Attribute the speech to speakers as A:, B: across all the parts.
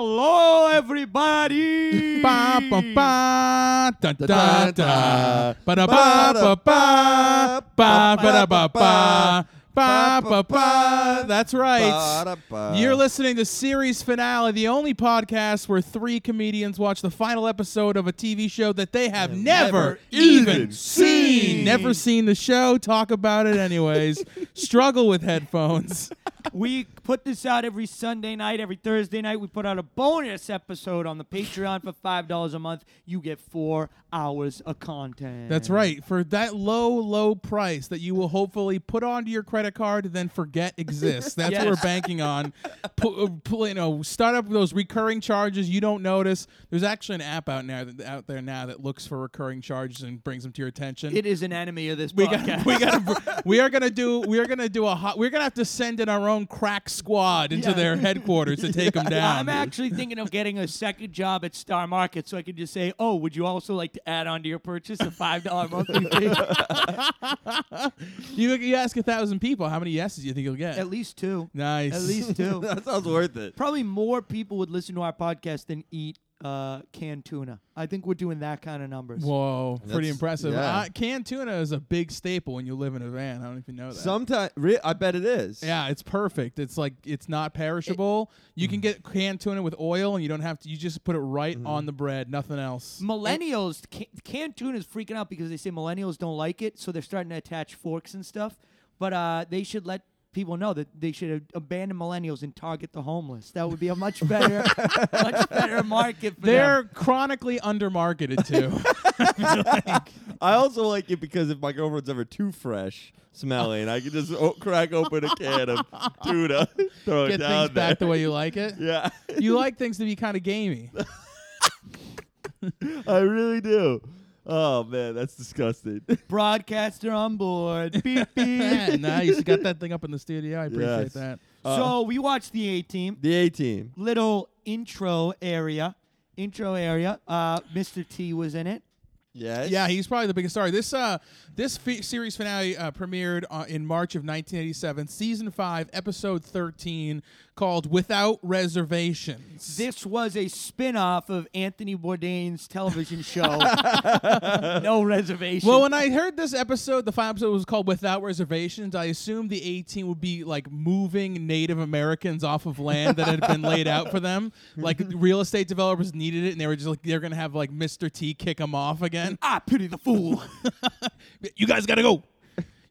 A: Hello, everybody!
B: Ba, ba, ba, da, da, da. Ba, da, ba, ba, ba. Ba, ba, da, ba, ba. Ba, ba, ba. That's right. You're listening to series finale, the only podcast where three comedians watch the final episode of a TV show that they have never,
A: never
B: even
A: even
B: seen.
A: seen.
B: Never seen the show, talk about it anyways, struggle with headphones.
A: We put this out every Sunday night, every Thursday night. We put out a bonus episode on the Patreon for $5 a month. You get four hours of content.
B: That's right. For that low, low price that you will hopefully put onto your credit card, then forget exists. That's what we're
A: Yes.
B: banking on. Pu- uh, pu- you know, start up those recurring charges you don't notice. There's actually an app out now that, out there now that looks for recurring charges and brings them to your attention.
A: It is an enemy of this
B: we
A: podcast.
B: got, we got, we are gonna do, we are gonna do a hot, we're gonna have to send in our own crack squad into
A: Yeah.
B: their headquarters to take them down.
A: I'm actually thinking of getting a second job at Star Market so I could just say, oh, would you also like to add on to your purchase a $5 monthly fee?
B: you, you ask a thousand people, how many yeses do you think you'll get?
A: at least two.
B: nice.
A: At least two.
C: that sounds worth it.
A: Probably more people would listen to our podcast than eat uh, canned tuna. I think we're doing that kind of numbers.
B: Whoa, pretty
C: That's-
B: impressive.
C: yeah.
B: Uh, canned tuna is a big staple when you live in a van. I don't know if you know that.
C: Sometimes, re- I bet it is.
B: yeah, it's perfect. It's like it's not perishable. you
C: Mm-hmm.
B: can get canned tuna with oil, and you don't have to. You just put it right on the bread, nothing else.
C: Mm-hmm.
A: millennials can, canned tuna is freaking out because they say millennials don't like it, so they're starting to attach forks and stuff. But uh, they should let people know that they should ab- abandon millennials and target the homeless. That would be a much better, much better market for
B: They're
A: them.
B: chronically undermarketed too.
C: I also like it because if my girlfriend's ever too fresh smelling, I can just o- crack open a can of tuna, throw it
B: Get
C: down
B: things
C: there.
B: back the way you like it.
C: yeah,
B: You like things to be kind of gamey.
C: I really do. Oh man, that's disgusting.
A: Broadcaster on board. Beep, beep.
B: nice. You got that thing up in the studio. I appreciate
C: Yes.
B: that.
A: so we watched the A Team.
C: The A team.
A: Little intro area. Intro area. Uh, Mr. T was in it.
C: Yes.
B: Yeah, he's probably the biggest star. This uh, this fe- series finale uh, premiered uh, in March of 1987, season five, episode 13, called "Without Reservations."
A: This was a spin-off of Anthony Bourdain's television show. no reservation.
B: well, when I heard this episode, the final episode was called "Without Reservations." I assumed the 18 would be like moving Native Americans off of land that had been laid out for them. Like real estate developers needed it, and they were just like they're gonna have like Mr. T kick them off again.
A: I pity the fool.
B: you guys gotta go.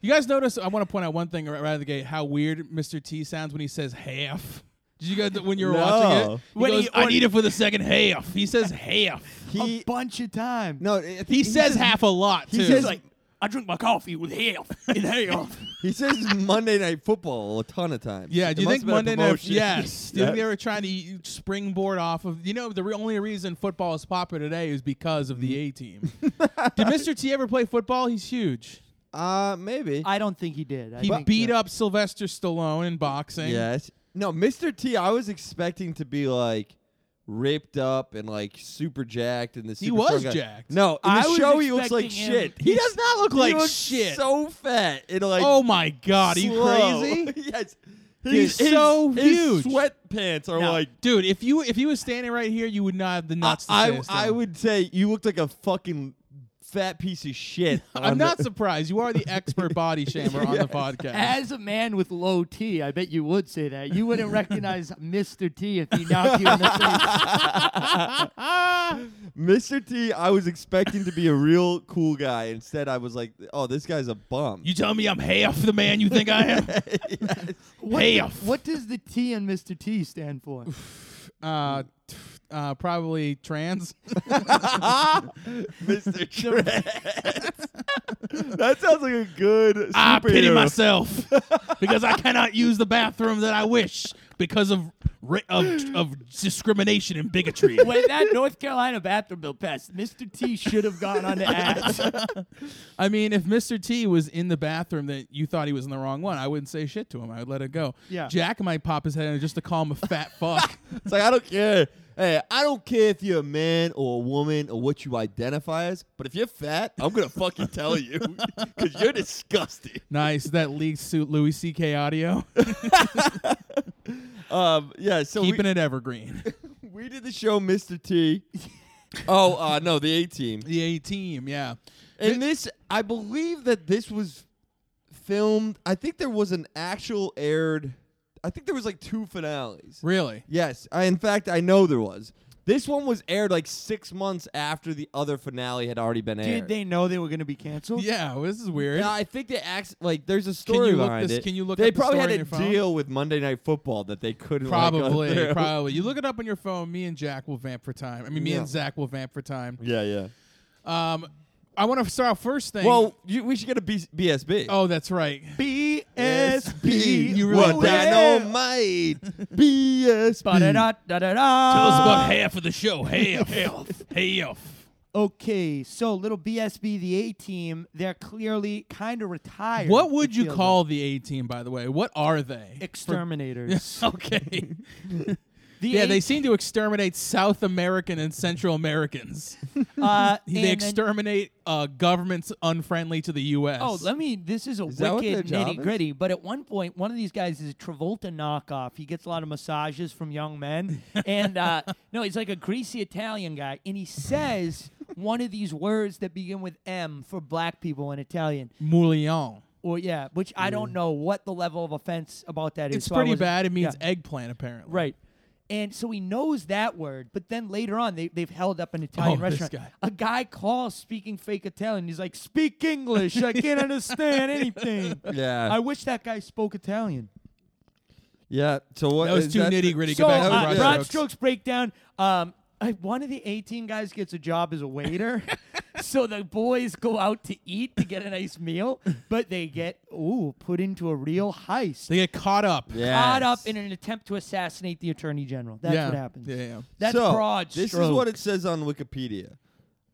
B: You guys notice? I want to point out one thing right right out of the gate: how weird Mr. T sounds when he says half. Did you guys when you were
C: No.
B: watching it? He
A: When
B: goes,
A: he-
B: I
A: when-
B: need it for the second half. He says half.
C: He
A: a bunch of times.
C: no. I think
B: He, says half a lot too.
C: he says like
A: I drink my coffee with half and half.
C: he says Monday Night Football a ton of times.
B: yeah, do
C: It
B: you
C: must
B: think
C: have been
B: Monday
C: a
B: Night?
C: promotion.
B: Yes. Do you think
C: Yeah.
B: they were trying to e-, springboard off of? You know, the re- only reason football is popular today is because of the A team.
C: Mm-hmm.
B: Did Mr. T ever play football? He's huge.
C: Uh, maybe.
A: I don't think he did. I
B: He
A: think
B: beat
A: that-
B: up Sylvester Stallone in boxing.
C: Yes. No, Mr. T, I was expecting to be like ripped up and like super jacked and this
B: He
C: super
B: was
C: strong guy.
B: jacked.
C: No, in the
A: I was
C: show he looks like
A: expecting him-
C: shit. He
B: He's-
C: does not look
B: he
C: like
B: looks
C: shit.
B: so
C: So fat and like
B: Oh my God! Are you
C: slow.
B: crazy?
C: yes.
B: He's so
C: his
B: huge.
C: Sweatpants are
A: No.
C: like
B: Dude, if you if you was standing right here, you would not have the nuts to say
C: I,
B: this to
C: I
B: him.
C: would say you looked like a fucking fat piece of shit.
B: I'm
C: on the-
B: not surprised. You are the expert body shamer on the podcast.
A: As a man with low T, I bet you would say that. You wouldn't recognize Mr. T if he knocked you in the face.
C: Mr. T, I was expecting to be a real cool guy. Instead, I was like, oh, this guy's a bum.
B: You tell me I'm half the man you think I am.
C: Yes.
A: What,
B: Half.
A: what does the T in Mr. T stand for?
B: Uh, t- uh, probably trans.
C: Mr. Trent. that sounds like a good superhero.
B: Ah, I pity myself because I cannot use the bathroom that I wish because of ri- of of discrimination and bigotry.
A: When that North Carolina bathroom bill passed, Mr. T should have gone on to act.
B: I mean, if Mr. T was in the bathroom that you thought he was in the wrong one, I wouldn't say shit to him. I would let it go.
A: Yeah.
B: Jack might pop his head in just to call him a fat fuck.
C: It's like I don't care. Hey, I don't care if you're a man or a woman or what you identify as, but if you're fat, I'm gonna fucking tell you because you're disgusting.
B: nice. That leaked suit Louis C.K. audio.
C: Um, yeah. So
B: Keeping it evergreen.
C: we, We did the show, Mr. T. oh, uh, no, the A team.
B: The A team, yeah.
C: And this, I believe that this was filmed. I think there was an actual aired. I think there was like two finales.
B: Really?
C: Yes, I, in fact, I know there was. This one was aired like six months after the other finale had already been
A: Did
C: aired.
A: they know they were going to be canceled?
B: Yeah, well, this is weird.
C: Yeah, I think they act like there's a story
B: you look
C: behind
B: this-
C: it.
B: can you look
C: They
B: up the
C: probably
B: story on
C: had
B: your
C: a
B: phone?
C: deal with Monday Night Football that they couldn't like, uh, go
B: Probably,
C: through.
B: probably. You look it up on your phone. Me and Jack will vamp for time. I mean, me
C: Yeah.
B: and Zach will vamp for time.
C: Yeah, yeah.
B: Um, I want to start out first thing.
C: Well, you, we should get a B- BSB.
B: oh, that's right.
A: BSB.
B: You really
A: Oh,
B: did.
A: yeah.
C: dynamite. BSB.
A: Ba-da-da, da-da-da. uh,
B: half of the show. Half. half. Half.
A: Okay, so little BSB, the A team, they're clearly kind of retired.
B: What would
A: it
B: you
A: feels
B: call the A team, by the way? What are they?
A: like. exterminators?
B: okay.
A: The
B: yeah,
A: A-
B: they seem to exterminate South American and Central Americans.
A: uh, and
B: they
A: then-
B: exterminate uh, governments unfriendly to the U.S.
A: Oh, let me. This is a
C: that what
A: wicked
C: their job
A: nitty gritty. But at one point, one of these guys is a Travolta knockoff. He gets a lot of massages from young men, and uh, no, he's like a greasy Italian guy, and he says one of these words that begin with M for black people in Italian.
B: Moulin.
A: Or yeah, which I don't know what the level of offense about that is.
B: It's
A: so I
B: pretty
A: wasn't-
B: bad. It
A: yeah.
B: means eggplant, apparently.
A: Right. And so he knows that word, but then later on they, they've held up an Italian
B: Oh, this
A: restaurant.
B: guy.
A: A guy calls speaking fake Italian. He's like, Speak English. I can't understand anything.
C: Yeah.
A: I wish that guy spoke Italian.
C: yeah. So what?
B: That was
C: is
B: too
C: that the-
B: nitty gritty.
A: So,
B: Go back to
A: uh,
B: Broad
C: Broad
A: Broad
B: Strokes.
A: Strokes breakdown. Um, I- one of the 18 guys gets a job as a waiter. so the boys go out to eat to get a nice meal, but they get, ooh, put into a real heist.
B: They get caught up.
A: Caught up
C: Yes.
A: in an attempt to assassinate the attorney general. That's
B: yeah.
A: what happens.
B: Yeah, yeah.
A: That's
C: so,
A: broad
C: This
A: stroke.
C: is what it says on Wikipedia.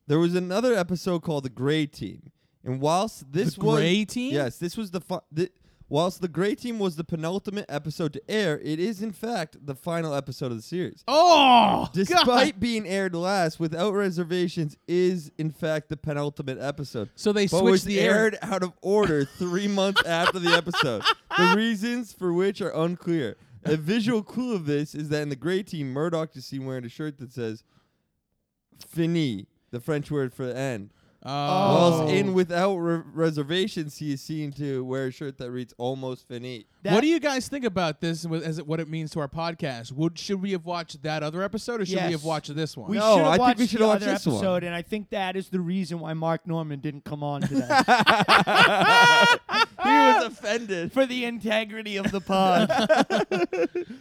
C: There was another episode called The Gray Team, and whilst this
B: The
C: was
B: Gray Team?
C: yes, this was the, fi- the whilst The Gray Team was the penultimate episode to air, it is in fact the final episode of the series.
B: Oh,
C: Despite
B: God.
C: being aired last, without reservations is in fact the penultimate episode.
B: So they
C: but
B: switched
C: was
B: the air-
C: aired out of order three months after the episode. The reasons for which are unclear. A visual clue of this is that in the Gray Team, Murdoch is seen wearing a shirt that says "fini," the French word for end.
B: Oh.
C: Whilst in without re- reservations, he is seen to wear a shirt that reads "almost fini."
A: That-
B: what do you guys think about this wi- as it, what it means to our podcast? Would should we have watched that other episode or should we
A: Yes.
B: have watched this one?
A: We
C: No,
A: should
C: I
A: have
C: think
A: watched
C: we should
A: the
C: watch
A: other
C: this one.
A: episode, and I think that is the reason why Mark Norman didn't come on today
C: he was offended.
A: for the integrity of the pod.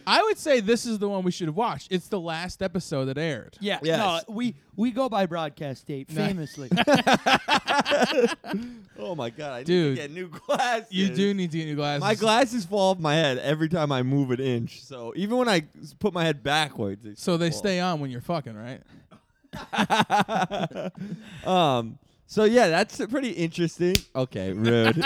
B: I would say this is the one we should have watched. It's the last episode that aired.
A: yeah,
C: Yes.
A: no, we we go by broadcast date famously.
C: Oh my god, I need
B: Dude.
C: to get new glasses.
B: You do need to get new glasses.
C: My glasses fall off my head every time I move an inch. So even when I s- put my head backwards, they
B: So they
C: fall.
B: stay on when you're fucking, right?
C: um. So yeah, that's a pretty interesting. Okay, rude.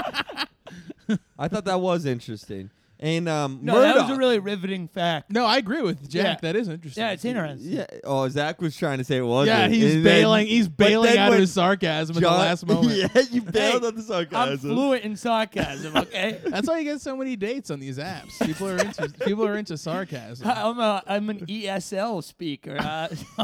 C: I thought that was interesting. And um,
A: no, that was a
C: Murdoch-
A: really riveting fact.
B: No, I agree with Jack.
A: Yeah.
B: That is interesting.
A: Yeah, it's interesting.
C: yeah. Oh, Zach was trying to say it was.
B: Yeah, he's bailing. He's bailing out of his sarcasm at the last moment.
C: yeah, you bailed
A: Hey,
C: on
A: I'm
C: the sarcasm.
A: fluent in sarcasm. Okay,
B: That's why you get so many dates on these apps. People are into people are into sarcasm.
A: I'm a I'm an ESL speaker. Uh,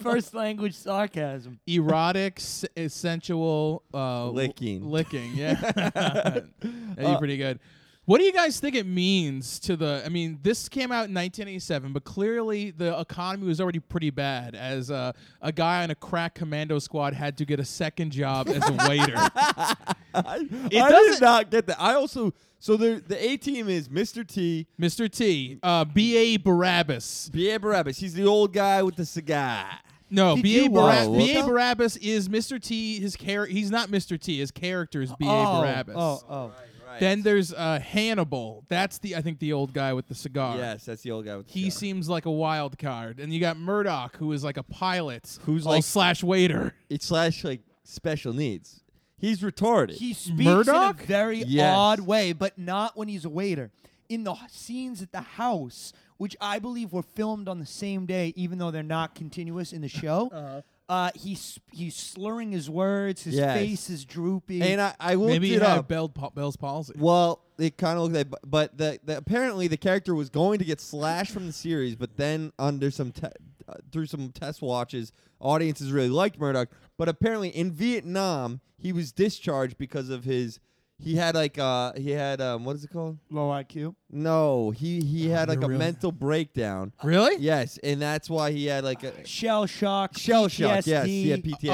A: first language sarcasm.
B: Erotic, s- uh, sensual, uh,
C: Licking.
B: licking. Yeah, that'd be pretty good. What do you guys think it means to the? I mean, this came out in 1987, but clearly the economy was already pretty bad. As uh, a guy on a crack commando squad had to get a second job as a waiter.
C: I,
B: It
C: I
B: doesn't-
C: did not get that. I also so the the A team is Mr. T,
B: Mr. T, uh, B.A. Barabbas.
C: B.A. Barabbas. He's the old guy with the cigar.
B: No,
A: Did
B: B.A.
A: you
B: Barab-
C: watch
B: B.A.
C: Wilco?
B: Barabbas is Mr. T. His char- He's not Mr. T. His character is B.A.
A: oh,
B: Barabbas.
A: oh, oh.
C: Right.
B: Then there's uh, Hannibal. That's the I think the old guy with the cigar.
C: yes, that's the old guy with the
B: He
C: cigar.
B: seems like a wild card, and you got Murdoch, who is like a pilot,
C: Who's
B: all
C: like-
B: slash waiter.
C: It's slash like special needs. He's retarded.
A: He speaks
B: Murdoch?
A: in a very
C: Yes.
A: odd way, but not when he's a waiter. In the h- scenes at the house, which I believe were filmed on the same day, even though they're not continuous in the show, uh he's he's slurring his words. His
C: Uh-huh. Yes.
A: face is droopy.
C: and I, I looked
B: Maybe he
C: it
B: had
C: up.
B: Bell, pa- Bell's palsy.
C: well, it kind of looked like, but the, the apparently the character was going to get slashed from the series, but then under some te- uh, through some test watches, audiences really liked Murdoch. But apparently, in Vietnam, he was discharged because of his. He had like uh he had um what is it called?
A: Low IQ.
C: No, he he had like a
B: Oh, you're really-
C: mental breakdown.
B: Really?
C: Yes, and that's why he had like a
A: Shell shock.
C: shell shock. Yes, he had
A: PTSD.
C: PTSD.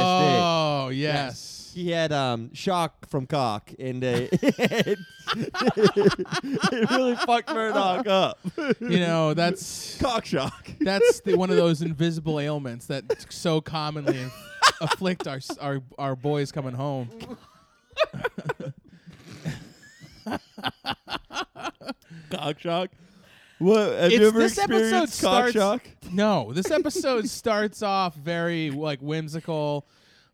B: Oh yes.
C: He had um shock from cock, and uh, it, really fucked Murdoch up.
B: You know that's
C: cock shock.
B: that's the, one of those invisible ailments that so commonly afflict our s- our our boys coming home.
C: Cock shock. What have
B: It's-
C: you ever
B: this episode
C: experienced cock
B: starts-
C: shock?
B: No, this episode starts off very like whimsical.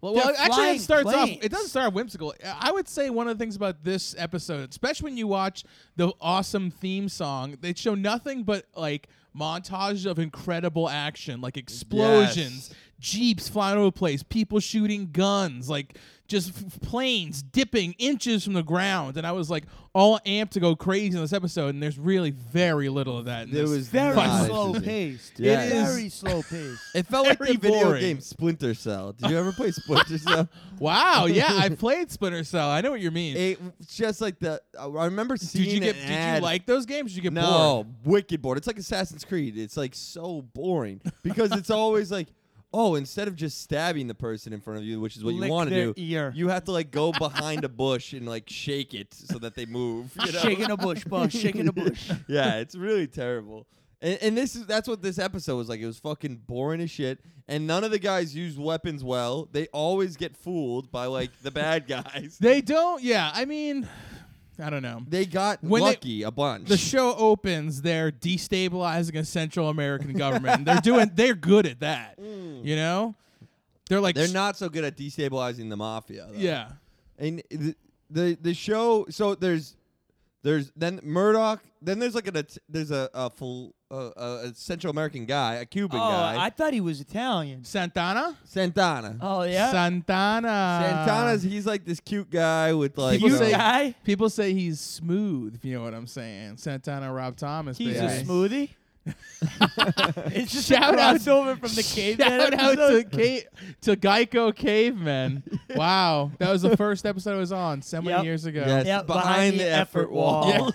B: Well,
A: They're
B: well, actually,
A: flying
B: it starts
A: planes.
B: off. It doesn't start off whimsical. I would say one of the things about this episode, especially when you watch the awesome theme song, they show nothing but like montages of incredible action, like explosions, jeeps flying over the place, people shooting guns, like just f- planes dipping inches from the ground. And I was like all amped to go crazy in this episode, and there's really very little of that. In
C: There
B: this.
C: was
A: Very
B: Fun.
C: not
A: slow
C: interesting.
A: paced.
C: Yes.
A: Very slow paced.
C: It felt like the
B: Very
C: video
B: boring.
C: game Splinter Cell. Did you ever play Splinter Cell?
B: Wow, yeah, I played Splinter Cell. I know what you mean.
C: It just like the. I remember
B: did
C: seeing.
B: you get?
C: an
B: Did
C: ad.
B: you like those games? Did you get
C: No, wicked bored. It's like Assassin's Creed. It's like so boring because it's always like, oh, instead of just stabbing the person in front of you, which is what
A: Lick
C: you want
A: their
C: to do,
A: ear.
C: you have to like go behind a bush and like shake it so that they move. You know?
A: Shaking a bush, boss. Shaking a bush.
C: yeah, it's really terrible. And, and this is that's what this episode was like. It was fucking boring as shit. And none of the guys use weapons well. They always get fooled by like the bad guys.
B: They don't. Yeah, I mean, I don't know.
C: They got
B: When they-
C: lucky a bunch.
B: The show opens. They're destabilizing a Central American government. and they're doing. They're good at that. You know, they're like.
C: Mm. They're not so good at destabilizing the mafia. Though.
B: Yeah.
C: and the, the the show so there's there's then Murdoch then there's like an It- there's a a, full, uh, a, a Central American guy a Cuban
A: Oh,
C: guy
A: I thought he was Italian.
B: Santana.
C: Santana
A: Oh yeah.
B: Santana.
C: Santana's he's like this cute guy with like
B: People
C: you know-
B: say-
A: guy.
B: People say he's smooth. If you know what I'm saying. Santana Rob Thomas.
A: He's
B: baby.
A: a smoothie. it's just
B: Shout
A: a
B: out-
A: crossover from the caveman
B: Shout out
A: episode.
B: to Ca- to Geico Cavemen. wow, that was the first episode I was on so many
A: Yep.
B: years ago.
C: Yes,
A: Yeah,
C: behind,
A: behind
C: the,
A: the
C: effort,
A: effort
C: wall.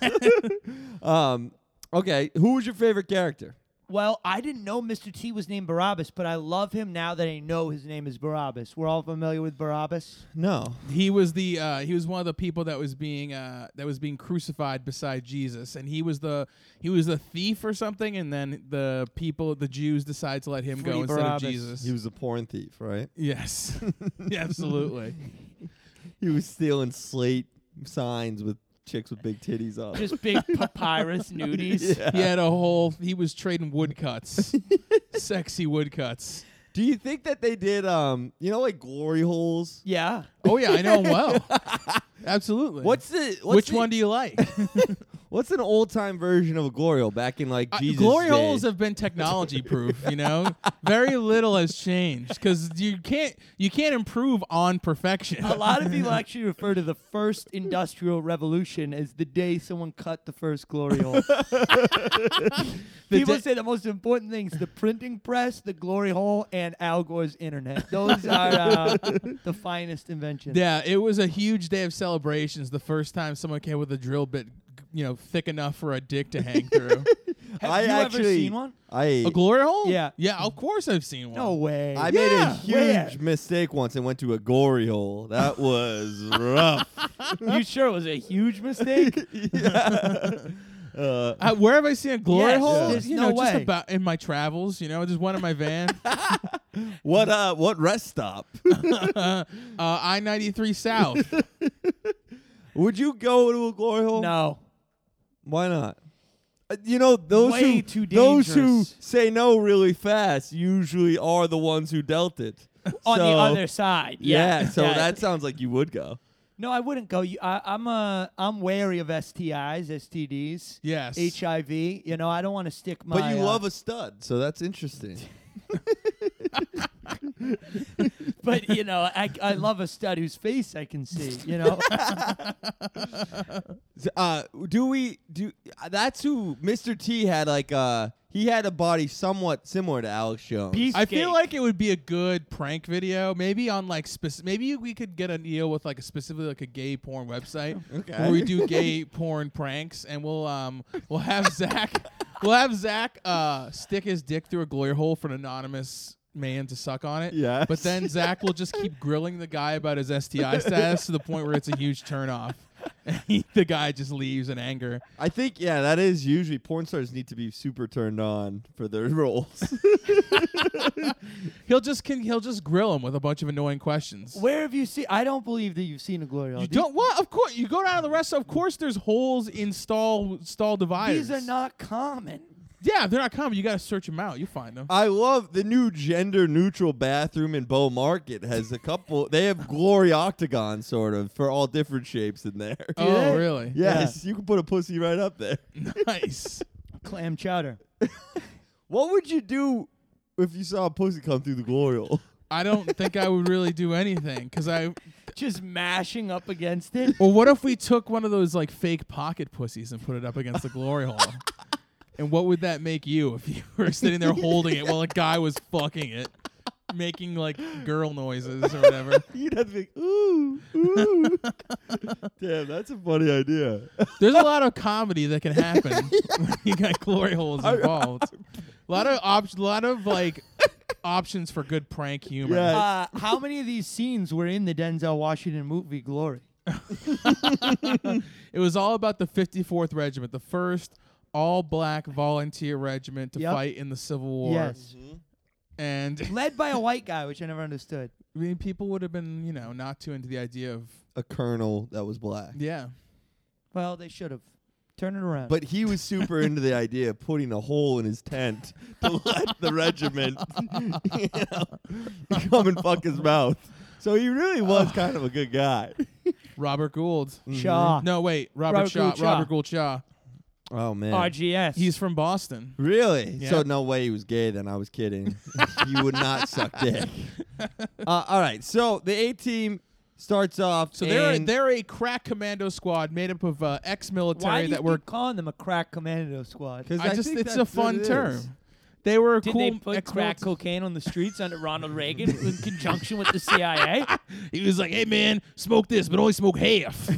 C: um okay who was your favorite character
A: Well, I didn't know Mr. T was named Barabbas, but I love him now that I know his name is Barabbas. We're all familiar with Barabbas.
C: no
B: He was the uh, he was one of the people that was being uh, that was being crucified beside Jesus, and he was the he was the thief or something, and then the people the Jews decide to let him
A: Free
B: go instead
A: Barabbas.
B: of Jesus.
C: he was a porn thief right
B: yes, absolutely.
C: he was stealing slate signs with chicks with big titties on 'em.
A: Just big papyrus nudies.
C: Yeah.
B: He had a whole he was trading woodcuts, sexy woodcuts.
C: do you think that they did um you know like glory holes
A: Yeah.
B: Oh yeah, I know him well. Absolutely.
C: What's the what's
B: which
C: the-
B: one do you like?
C: What's an old time version of a glory hole back in like
B: Uh,
C: Jesus?
B: glory
C: day?
B: holes have been technology proof you know very little has changed because you can't you can't improve on perfection
A: A lot of people actually refer to the first industrial revolution as the day someone cut the first glory hole. people
B: day-
A: say the most important things the printing press, the glory hole, and Al Gore's internet. Those are uh, the finest inventions.
B: yeah it was a huge day of celebrations the first time someone came with a drill bit you know thick enough for a dick to hang through
A: Have
C: I
A: you
C: actually,
A: ever seen one?
C: I
B: a glory hole
A: Yeah.
B: yeah of course i've seen one
A: No way.
C: I made a
B: Yeah,
C: huge
A: where?
C: mistake once and went to a glory hole. That was rough.
A: you sure it was a huge mistake?
C: Uh,
B: Uh, where have I seen a glory
A: Yes,
B: hole?
A: there's
B: you
A: no
B: know, just
A: way.
B: about in my travels. You know, just one in my van.
C: what uh what rest stop?
B: uh, I ninety three South.
C: Would you go to a glory hole?
A: no.
C: Why not? Uh, You know those
A: Way
C: who
A: too
C: those who
A: dangerous.
C: say no really fast usually are the ones who dealt it.
A: On the
C: So-
A: other side. Yeah.
C: yeah. So
A: Yeah.
C: that sounds like you would go.
A: No, I wouldn't go. You, I, I'm uh, I'm wary of STIs, STDs,
B: Yes.
A: HIV. You know, I don't want to stick my.
C: But you
A: uh,
C: love a stud, so that's interesting.
A: But you know, I, I love a stud whose face I can see. You know,
C: Uh, do we do? uh, That's who Mr. T had like. Uh, He had a body somewhat similar to Alex Jones.
D: Beefcake.
B: I feel like it would be a good prank video. Maybe on like speci- maybe we could get a deal with like a specifically like a gay porn website where we do gay porn pranks, and we'll um we'll have Zach we'll have Zach uh stick his dick through a glory hole for an anonymous man to suck on it.
C: Yes.
B: But then Zach will just keep grilling the guy about his STI status to the point where it's a huge turnoff. And he, the guy just leaves in anger.
C: I think yeah, that is usually porn stars need to be super turned on for their roles.
B: He'll just can, he'll just grill him with a bunch of annoying questions.
A: Where have you seen? I don't believe that you've seen a glory hole.
B: You
A: These-
B: don't what? Of course, you go down to the rest. Of course, there's holes in stall stall dividers.
A: These are not common.
B: Yeah, they're not common. You gotta search them out. You find them.
C: I love the new gender neutral bathroom in Bow Market has a couple. They have glory octagons sort of for all different shapes in there.
B: oh,
A: yeah.
B: really?
C: yes, you can put a pussy right up there.
B: Nice.
A: Clam chowder.
C: What would you do if you saw a pussy come through the glory hole?
B: I don't think I would really do anything because I.
A: Just mashing up against it.
B: Well, what if we took one of those like fake pocket pussies and put it up against the glory hole? And what would that make you if you were sitting there holding it while a guy was fucking it, making like girl noises or whatever?
C: You'd have to think, ooh, ooh. Damn, that's a funny idea.
B: There's a lot of comedy that can happen when you got glory holes involved. A lot of op- lot of like options for good prank humor.
C: Yeah.
A: Uh, how many of these scenes were in the Denzel Washington movie Glory?
B: It was all about the 54th Regiment, the first all black volunteer regiment to
A: Yep.
B: fight in the Civil War.
A: Yes.
B: And
A: Led by a white guy, which I never understood.
B: I mean, people would have been, you know, not too into the idea of
C: A colonel that was black.
B: yeah.
A: Well, they should have. Turn it around.
C: But he was super into the idea of putting a hole in his tent to let the regiment you know, come and fuck his mouth. So he really was kind of a good guy. Mm-hmm.
B: Robert Gould.
A: Shaw.
B: No, wait, Robert,
A: Robert
B: Shaw.
A: Gould Shaw.
B: Robert Gould Shaw.
C: Oh man.
A: RGS.
B: He's from Boston.
C: Really?
B: Yeah.
C: So no way he was gay. Then I was kidding. you would not suck dick. Uh, all right. So the A team starts off.
B: So they're a,
C: and-
B: they're a crack commando squad made up of uh,
A: Why
B: ex-military
A: do you
B: that were
A: keep calling them a crack commando squad?
C: 'Cause
B: I, just
C: think
B: it's a
C: that's what
B: fun
C: it is.
B: term. They were a
D: Did
B: cool
D: they put crack
B: ex-military-
D: cocaine on the streets under Ronald Reagan in conjunction with the CIA?
B: He was like, "Hey man, smoke this, but only smoke half."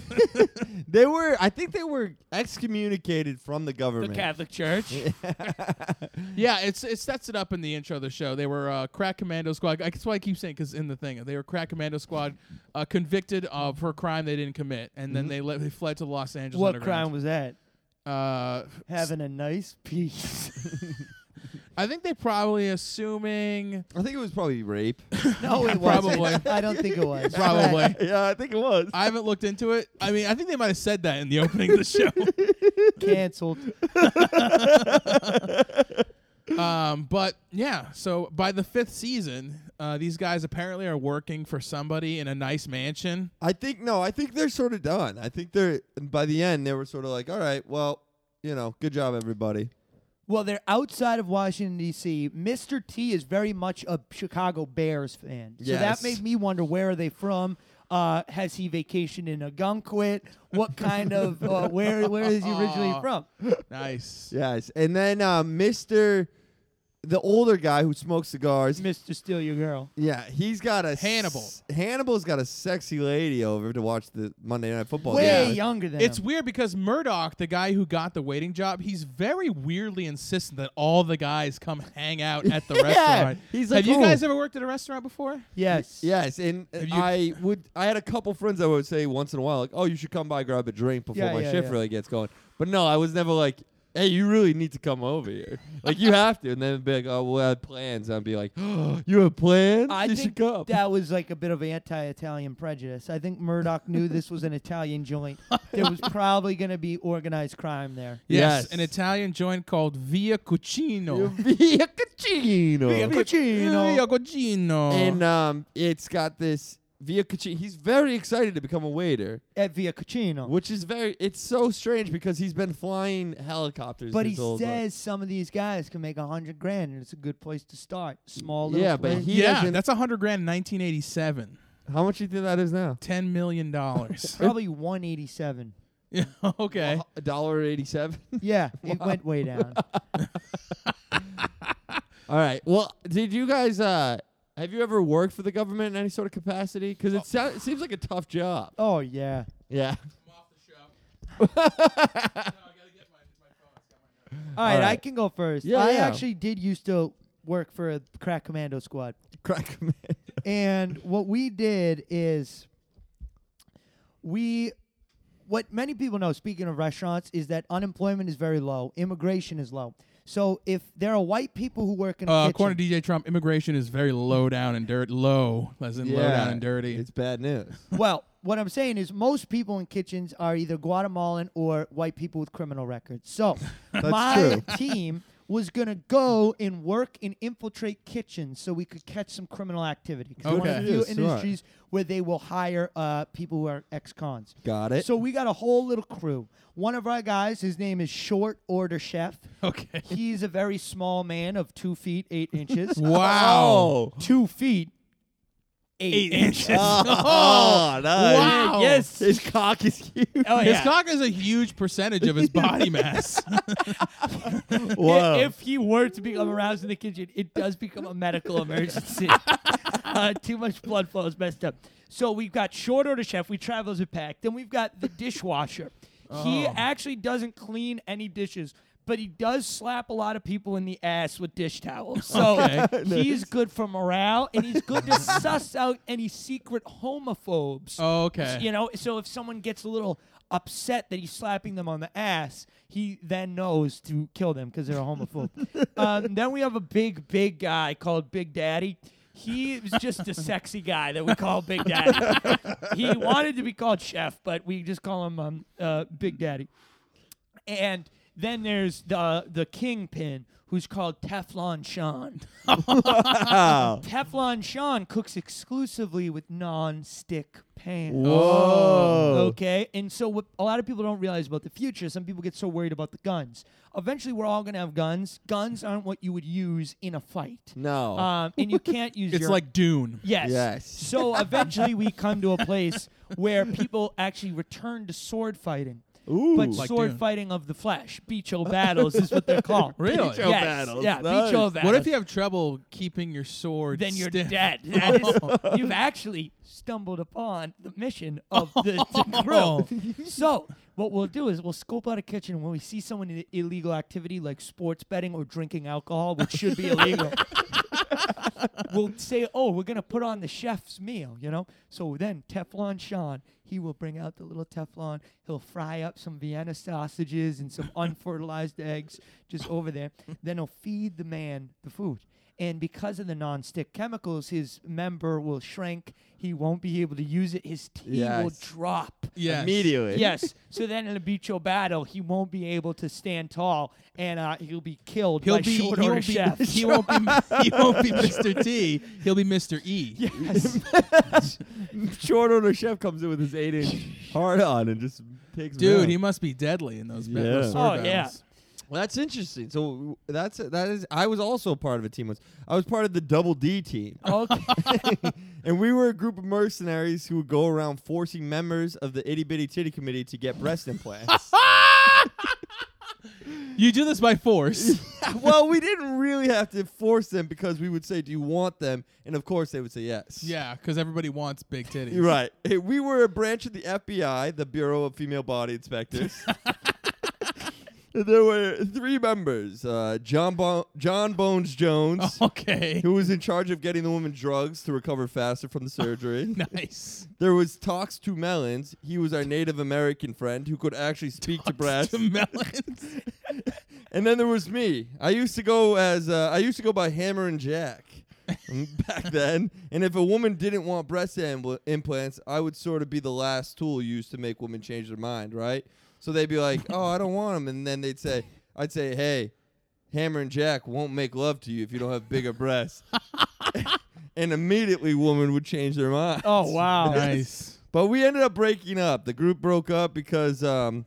C: They were. I think they were excommunicated from the
D: The
C: government.
D: Catholic Church.
B: yeah, it's it sets it up in the intro of the show. They were uh, crack commando squad. I- That's why I keep saying because in the thing they were crack commando squad, uh, convicted of her crime they didn't commit, and
C: Mm-hmm.
B: then they le- they fled to Los Angeles.
A: what crime
B: underground.
A: was that?
B: Uh,
A: Having a nice piece.
B: I think they probably assuming
C: I think it was probably rape.
A: no, it
B: Probably.
A: wasn't. I don't think it was.
B: probably.
C: yeah, I think it was.
B: I haven't looked into it. I mean, I think they might have said that in the opening of the show.
A: Cancelled.
B: Um, but yeah, so by the fifth season, uh, these guys apparently are working for somebody in a nice mansion.
C: I think no. I think they're sort of done. I think they're by the end they were sort of like, all right, well, you know, good job everybody.
A: Well, they're outside of Washington D.C. Mr. T is very much a Chicago Bears fan, so
C: Yes.
A: that made me wonder where are they from. Uh, has he vacationed in Agunquit? What kind of uh, where where is he originally from?
B: Nice.
C: Yes, and then uh, Mister, the older guy who smokes cigars.
A: Mr. Steal Your Girl.
C: yeah, he's got a
B: Hannibal.
C: s- Hannibal's got a sexy lady over to watch the Monday Night Football.
A: Way
C: game.
A: younger than
B: It's
A: him.
B: weird because Murdoch, the guy who got the waiting job, he's very weirdly insistent that all the guys come hang out at the restaurant.
C: he's like,
B: Have you
C: "Oh."
B: guys ever worked at a restaurant before?
A: Yes.
C: Yes, and uh,
B: Have you-
C: I would. I had a couple friends that would say once in a while, like, "Oh, you should come by, grab a drink before
A: Yeah,
C: my
A: yeah,
C: shift
A: yeah.
C: really gets going." But no, I was never like, "Hey, you really need to come over here. Like, you have to." And then it'd be like, "Oh, we'll have plans." I'd be like, oh, "You have plans?
A: I
C: you should
A: think
C: come."
A: that was like a bit of anti-Italian prejudice. I think Murdoch knew this was an Italian joint. There was probably going to be organized crime there.
B: Yes.
C: Yes.
B: An Italian joint called Via Cucino.
C: Via Cucino.
B: Via Cucino.
C: And um, it's got this Via Cucino. He's very excited to become a waiter,
A: At Via Cucino.
C: which is very. It's so strange because he's been flying helicopters.
A: But
C: his
A: he
C: whole
A: says
C: life.
A: some of these guys can make a hundred grand, and it's a good place to start. Small, little
C: Yeah, but
A: place.
C: he
B: yeah,
C: doesn't.
B: that's a hundred grand in 1987.
C: How much do you think that is now?
B: Ten million dollars.
A: probably one eighty-seven.
B: Yeah, okay.
C: A dollar eighty-seven.
A: Yeah, it went way down.
C: All right. Well, did you guys uh have you ever worked for the government in any sort of capacity? Because it, sou- it seems like a tough job.
E: Oh yeah.
C: Yeah.
E: All right, I
C: All right.
E: can go first.
C: Yeah,
E: I
C: yeah.
E: actually did used to work for a crack commando squad.
C: Crack man.
E: and what we did is we what many people know speaking of restaurants is that unemployment is very low immigration is low so if there are white people who work in a
B: Uh,
E: kitchen,
B: according to DJ Trump, immigration is very low down and dirt. Low, as in low down and dirty.
C: It's bad news.
E: well what i'm saying is most people in kitchens are either guatemalan or white people with criminal records so my
C: true.
E: team was gonna go and work and infiltrate kitchens so we could catch some criminal activity 'Cause one
B: Okay.
E: of the few
C: Yes, right.
E: industries where they will hire uh, people who are ex-cons
C: Got it.
E: So we got a whole little crew. One of our guys, his name is Short Order Chef.
B: okay.
E: He's a very small man of two feet eight inches.
B: Wow.
E: Two feet.
A: Eight inches.
C: Oh, nice.
B: Wow.
A: Yes.
C: His cock is huge.
A: Oh,
B: His
A: yeah.
B: cock is a huge percentage of his body mass.
C: Whoa.
A: If he were to become aroused in the kitchen, it does become a medical emergency. uh, too much blood flow is messed up. So we've got short order chef. We travel as a pack. Then we've got the dishwasher. He
B: Oh.
A: actually doesn't clean any dishes, but he does slap a lot of people in the ass with dish towels. So
B: Okay.
A: he's good for morale, and he's good to suss out any secret homophobes.
B: Oh, okay.
A: You know, so if someone gets a little upset that he's slapping them on the ass, he then knows to kill them because they're a homophobe. um, then we have a big, big guy called Big Daddy. He was just a sexy guy that we call Big Daddy. he wanted to be called Chef, but we just call him um, uh, Big Daddy. And then there's the the kingpin, who's called Teflon Sean.
C: Wow.
A: Teflon Sean cooks exclusively with non-stick pans.
C: Whoa.
A: Okay, and so what a lot of people don't realize about the future, some people get so worried about the guns. Eventually, we're all gonna have guns. Guns aren't what you would use in a fight,
C: No.
B: uh,
A: um, and you can't use.
B: it's
A: your,
B: like Dune.
A: yes.
C: Yes.
A: So eventually, we come to a place where people actually return to sword fighting.
C: Ooh.
A: But
B: Like
A: sword
B: Dune.
A: fighting of the flesh, beacho battles is what they're called.
B: Really? Beach
A: Yes.
B: O
C: battles,
A: Yeah,
C: nice.
A: beacho battles.
B: What if you have trouble keeping your sword?
A: then you're
B: stiff?
A: dead. That
B: Oh.
A: is, you've actually stumbled upon the mission of the, the
B: Oh.
A: crew. So what we'll do is we'll scope out a kitchen when we see someone in illegal activity like sports betting or drinking alcohol, which should be illegal. we'll say, "Oh, we're gonna put on the chef's meal," you know. So then Teflon Sean, he will bring out the little Teflon. He'll fry up some Vienna sausages and some unfertilized eggs just over there. Then he'll feed the man the food. And because of the non-stick chemicals, his member will shrink. He won't be able to use it. His tea will
C: Yes.
A: drop.
B: Yes.
C: Immediately.
A: Yes. So then in a beacho battle, he won't be able to stand tall, and uh, he'll be killed
B: He'll
A: by
B: be,
A: short
B: he
A: order
B: won't be,
A: chef.
B: he won't be he won't be Mr. T. He'll be Mr. E.
A: Yes.
C: Short order chef comes in with his eight inch hard on and just takes. him
B: Dude,
C: out.
B: he must be deadly in those, ba-
C: Yeah.
B: those sword
A: Oh, yeah.
B: battles.
C: Well, that's interesting. So w- that's that is. I was also part of a team once. I was part of the Double D team,
B: Oh,
A: Okay.
C: and we were a group of mercenaries who would go around forcing members of the Itty Bitty Titty Committee to get breast implants.
B: You do this by force.
C: well, we didn't really have to force them because we would say, "Do you want them?" And of course, they would say yes.
B: yeah, because everybody wants big titties.
C: You're right. Hey, we were a branch of the FBI, the Bureau of Female Body Inspectors. there were three members: uh, John Bo- John Bones Jones,
B: Oh. Okay.
C: who was in charge of getting the woman drugs to recover faster from the surgery.
B: Nice.
C: There was Talks to Melons. He was our Native American friend who could actually speak to breasts.
B: To melons.
C: And then there was me. I used to go as uh, I used to go by Hammer and Jack um, back then. And if a woman didn't want breast ambl- implants, I would sort of be the last tool used to make women change their mind, right? So they'd be like, "Oh, I don't want them," and then they'd say, "I'd say, hey, Hammer and Jack won't make love to you if you don't have bigger breasts." and immediately, women would change their mind.
A: Oh wow.
B: nice.
C: But we ended up breaking up. The group broke up because um,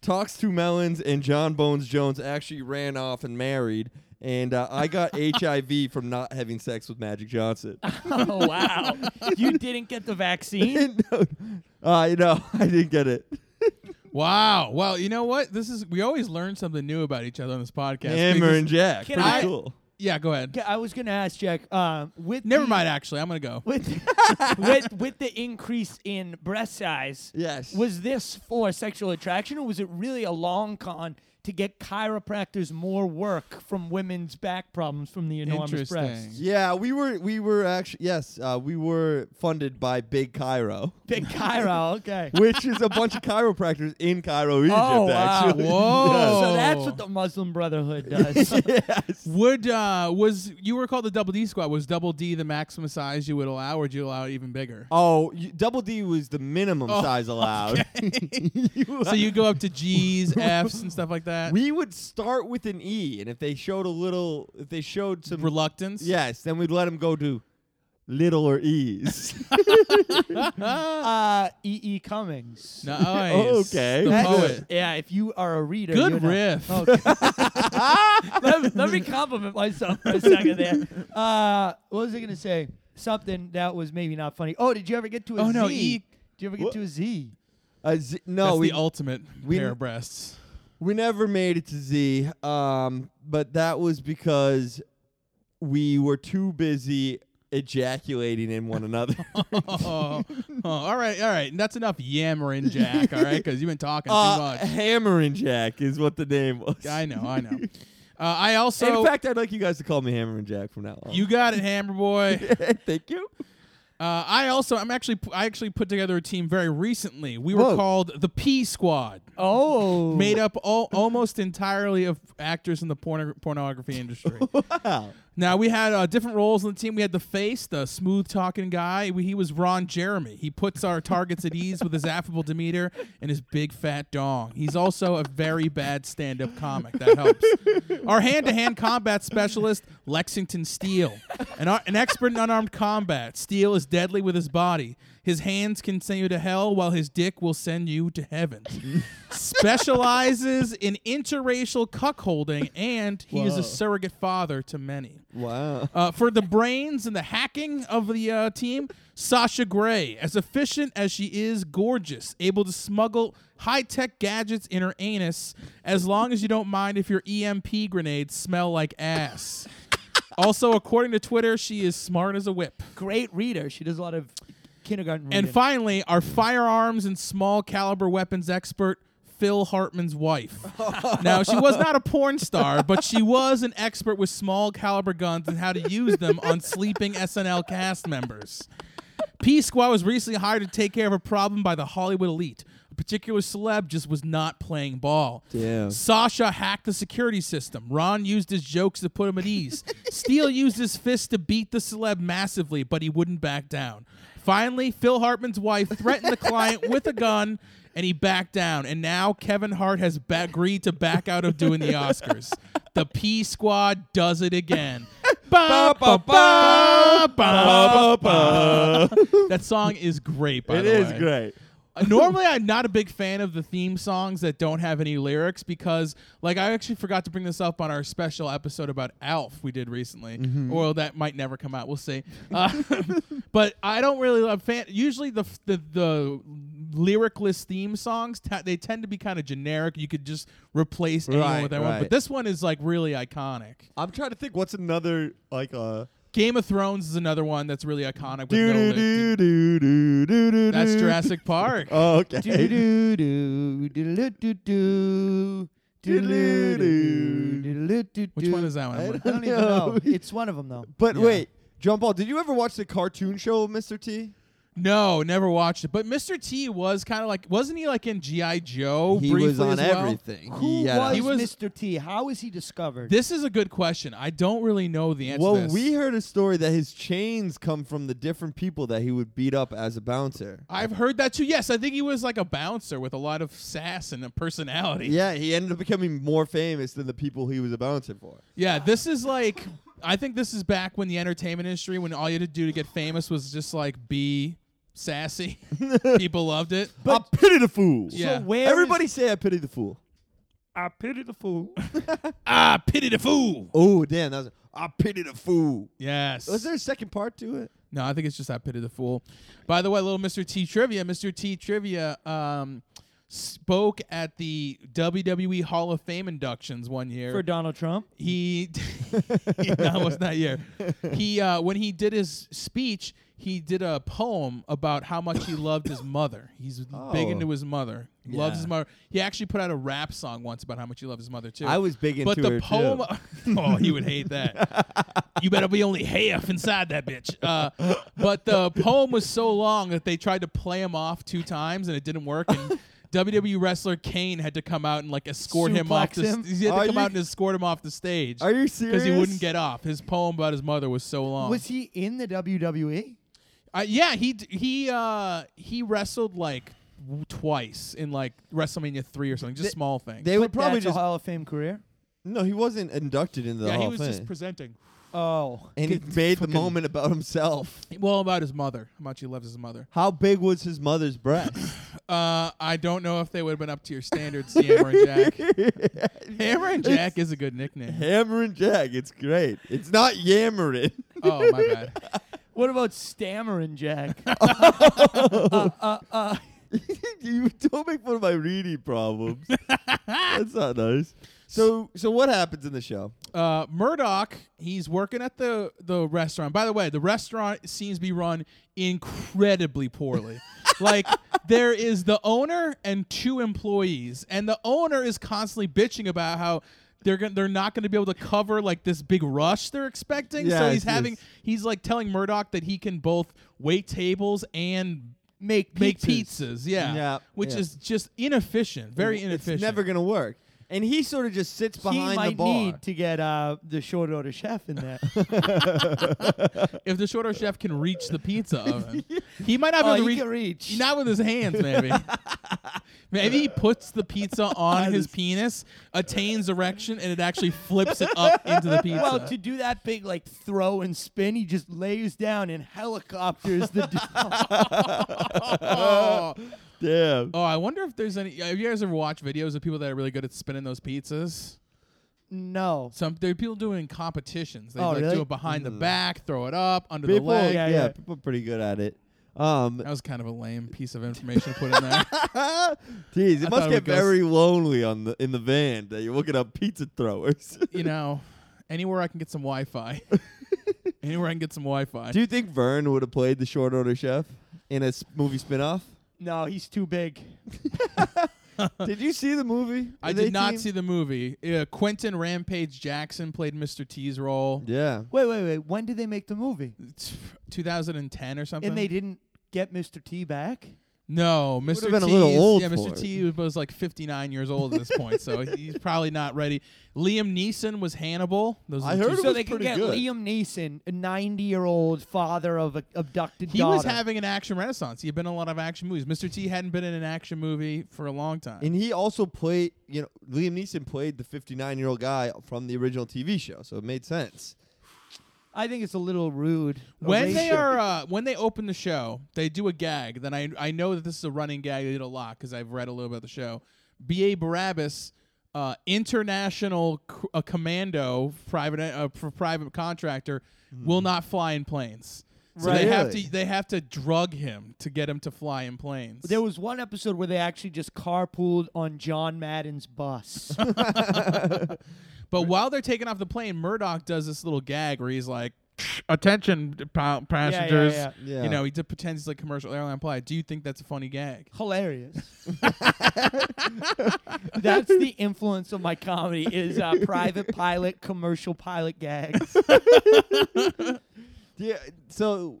C: Talks to Melons and John Bones Jones actually ran off and married. And uh, I got HIV from not having sex with Magic Johnson.
A: Oh wow. You didn't get the vaccine?
C: no, uh, no, I didn't get it.
B: Wow. Well, you know what? This is we always learn something new about each other on this podcast.
C: Hammer
B: because-
C: and Jack.
A: Can
C: Pretty
B: I-
C: cool.
B: Yeah, go ahead.
D: I was gonna ask Jack. Um, with
B: Never
D: the-
B: mind. Actually, I'm gonna go.
D: With with with the increase in breast size,
C: Yes.
D: was this for sexual attraction or was it really a long con to get chiropractors more work from women's back problems from the enormous breasts?
B: Interesting.
C: yeah, we were we were actually yes, uh, we were funded by Big Cairo,
D: Big chiro, okay.
C: which is a bunch of chiropractors in Cairo, Egypt.
D: Oh, wow.
C: Actually,
B: Whoa.
D: So that's what the Muslim Brotherhood does.
C: yes.
B: Would uh was you were called the double D squad? Was double D the maximum size you would allow, or did you allow it even bigger?
C: Oh, you, double D was the minimum
B: Oh,
C: size allowed.
B: so you go up to G's, F's, and stuff like that.
C: we would start with an E, and if they showed a little, if they showed some
B: Reluctance.
C: Yes, then we'd let him go to littler e's.
D: uh, E. E. Cummings.
B: Nice.
C: Okay.
B: The
D: That's-
B: poet.
D: Yeah, if you are a reader.
B: Good
D: you're not-
B: riff.
C: Oh,
D: Okay. let, let me compliment myself for a second there. Uh, what was I going to say? Something that was maybe not funny. Oh, did you ever get to a
B: Oh,
D: Z?
B: no, E-
D: Did you ever get
C: Wha-
D: to a Z?
C: A Z- no,
B: That's
C: we
B: the ultimate
C: we-
B: pair of breasts.
C: we never made it to Z, um, but that was because we were too busy ejaculating in one another.
B: oh, oh, all right, all right. That's enough yammering, Jack. All right, because you've been talking too
C: uh,
B: much.
C: Hammering Jack is what the name was.
B: I know, I know. Uh, I
C: And
B: also,
C: in fact, I'd like you guys to call me Hammering Jack from now on.
B: you got it, Hammer Boy.
C: Thank you.
B: Uh, I also, I'm actually, I actually put together a team very recently. We were
C: Whoa.
B: called the P Squad,
D: Oh.
B: made up all, almost entirely of actors in the porno- pornography industry.
C: Wow.
B: now we had uh, different roles on the team. We had the face, the smooth talking guy. We, he was Ron Jeremy. He puts our targets at ease with his affable demeanor and his big fat dong. He's also a very bad stand-up comic. That helps. Our hand-to-hand combat specialist, Lexington Steele, an, ar- an expert in unarmed combat. Steele is deadly with his body. His hands can send you to hell, while his dick will send you to heaven. Specializes in interracial cuckolding, and he is a surrogate father to many.
C: Wow.
B: Uh, for the brains and the hacking of the uh, team, Sasha Gray, as efficient as she is gorgeous, able to smuggle high tech gadgets in her anus, as long as you don't mind if your EMP grenades smell like ass. also, according to Twitter, she is smart as a whip.
D: Great reader. She does a lot of kindergarten reading.
B: And finally, our firearms and small caliber weapons expert, Phil Hartman's wife. now, she was not a porn star, but she was an expert with small caliber guns and how to use them on sleeping SNL cast members. P Squad was recently hired to take care of a problem by the Hollywood elite. A particular celeb just was not playing ball.
C: Damn.
B: Sasha hacked the security system. Ron used his jokes to put him at ease. Steele used his fist to beat the celeb massively, but he wouldn't back down. Finally, Phil Hartman's wife threatened the client with a gun, and he backed down. And now Kevin Hart has ba- agreed to back out of doing the Oscars. The P Squad does it again. Ba, ba, ba, ba, ba, ba. That song is great, by
C: It
B: the
C: is
B: way.
C: great.
B: Uh, normally I'm not a big fan of the theme songs that don't have any lyrics because like I actually forgot to bring this up on our special episode about Alf we did recently.
C: Mm-hmm.
B: Well, that might never come out. We'll see. Uh, but I don't really love fan usually the f- the, the lyricless theme songs t- they tend to be kind of generic. You could just replace anyone
C: Right,
B: with that one. But
C: right.
B: this one is like really iconic.
C: I'm trying to think what's another like uh
B: Game of Thrones is another one that's really iconic with no
C: do
B: lyrics.
C: do do do do do
B: That's Jurassic Park.
C: Oh, okay.
A: Do-do-do, do-do-do, do-do-do, do-do-do.
B: Which one is that one?
C: I
B: I'm-
C: don't
D: I don't even know. It's one of them, though.
C: But
B: Yeah.
C: wait, John Paul, did you ever watch the cartoon show Mr. T?
B: No, never watched it. But Mr. T was kind of like, wasn't he like in GI Joe? Oh, briefly as well?
D: Who was,
B: He was-
D: Mr. T? How was he discovered?
B: This is a good question. I don't really know the answer.
C: Well,
B: to this.
C: we heard a story that his chains come from the different people that he would beat up as a bouncer.
B: I've heard that too. Yes, I think he was like a bouncer with a lot of sass and a personality.
C: Yeah, he ended up becoming more famous than the people he was a bouncer for.
B: Yeah, this is like, I think this is back when the entertainment industry, when all you had to do to get famous was just like be sassy. People loved it.
C: I pity the fool.
B: Yeah.
D: So where is-
C: Everybody say I pity the fool.
D: I pity the fool.
B: ah, pity the fool.
C: Oh, damn, that was I pity the fool.
B: Yes.
C: Was there a second part to it?
B: No, I think it's just that pity the fool. By the way, little Mr. T trivia. Mr. T trivia. Um, spoke at the WWE Hall of Fame inductions one year.
D: for Donald Trump.
B: he that was that year. He uh, when he did his speech, he did a poem about how much he loved his mother. He's big
C: Oh.
B: into his mother. He Loves his
F: Yeah.
B: mother. He actually put out a rap song once about how much he loved his mother too.
F: I was big into
B: but the
F: her,
B: poem.
F: too.
B: oh, he would hate that. you better be only half inside that bitch. Uh, but the poem was so long that they tried to play him off two times and it didn't work. And WWE wrestler Kane had to come out and like escort him off.
A: Suplex
B: The,
A: him?
B: st- he had to
C: Are
B: come
C: you-
B: out and escort him off the stage
C: Are you serious?
B: he wouldn't get off. His poem about his mother was so long.
A: Was he in the E? WWE?
B: Uh, yeah, he d- he uh, he wrestled like w- twice in like WrestleMania three or something, just small things.
C: They would probably
A: That's
C: just
A: a Hall of Fame career.
C: no. He wasn't inducted into the
B: yeah,
C: Hall
B: he
C: of
B: was
C: Fame.
B: just presenting.
A: Oh,
C: and he made the moment about himself.
B: Well, about his mother, how much he loves his mother.
C: How big was his mother's breast?
B: Uh, I don't know if they would have been up to your standards, Hammer and Jack. Hammer and Jack is a good nickname.
C: Hammer and Jack. It's great. It's not yammering.
B: Oh my bad.
D: What about stammering Jack?
C: you don't make fun of my reading problems. That's not nice. So, so what happens in the show?
B: uh, Murdoch, he's working at the the restaurant. By the way, the restaurant seems to be run incredibly poorly. like there is the owner and two employees, and the owner is constantly bitching about how they're going they're not going to be able to cover like this big rush they're expecting. so
C: Yes,
B: he's having
C: yes.
B: he's like telling Murdoch that he can both wait tables and
A: make pizzas.
B: make pizzas. Yeah,
C: Yeah,
B: which
C: yeah.
B: is just inefficient, very inefficient.
C: It's never gonna work. And he sort of just sits behind
A: he
C: the
A: might
C: bar.
A: need to get uh, the short order chef in there.
B: if the shorter chef can reach the pizza oven, he might not be
A: oh,
B: able to
A: he
B: reach.
A: can reach.
B: Not with his hands, maybe. maybe he puts the pizza on his penis, attains erection, and it actually flips it up into the pizza.
A: well, to do that big like throw and spin, he just lays down and helicopters the.
B: oh,
C: Damn.
B: oh, I wonder if there's any. Have you guys ever watched videos of people that are really good at spinning those pizzas?
A: no.
B: Some there are people doing competitions. They
A: Oh,
B: like
A: really?
B: do it behind the back, throw it up under
C: People,
B: the leg.
C: yeah,
A: yeah.
C: people are pretty good at it. Um,
B: That was kind of a lame piece of information to put in there.
C: geez,
B: I thought
C: it must
B: it
C: get
B: would go s-
C: very lonely on the in the van that you're looking up pizza throwers.
B: you know, anywhere I can get some Wi-Fi. anywhere I can get some Wi-Fi.
C: Do you think Vern would have played the short order chef in a s- movie spinoff?
A: No, he's too big.
C: did you see the movie?
B: I did not see the movie. Uh, Quentin Rampage Jackson played Mr. T's role.
C: Yeah.
A: Wait, wait, wait. When did they make the movie?
B: It's 2010 or something.
A: And they didn't get Mr. T back?
B: no,
C: would've
B: Mr.
C: been a
B: T's,
C: little old
B: yeah, Mr.
C: for
B: T was like 59 years old at this point, so he's probably not ready. Liam Neeson was Hannibal. Those are
C: I
B: the
C: heard
B: two-
C: it
A: So
C: was
A: they can
C: pretty
A: get
C: good.
A: Liam Neeson, a 90 year old father of an abducted
B: He
A: daughter.
B: was having an action renaissance. He had been in a lot of action movies. Mr. T hadn't been in an action movie for a long time.
C: And he also played, you know, Liam Neeson played the 59 year old guy from the original TV show, so it made sense.
A: I think it's a little rude.
B: when they
A: Erasure.
B: are uh, when they open the show, they do a gag. Then I I know that this is a running gag. They did a lot because I've read a little about the show. B. A. Barabbas, uh, international c- uh, commando, private uh, for private contractor, will not fly in planes. So they have
C: Hmm. Really?
B: to they have to drug him to get him to fly in planes.
A: There was one episode where they actually just carpooled on John Madden's bus.
B: But while they're taking off the plane, Murdoch does this little gag where he's like, "Attention, p- passengers."
A: yeah.
C: Yeah.
B: You know, he d- pretends he's like commercial airline pilot. Do you think that's a funny gag?
A: Hilarious. That's the influence of my comedy is uh, private pilot, commercial pilot gags.
C: Yeah. So,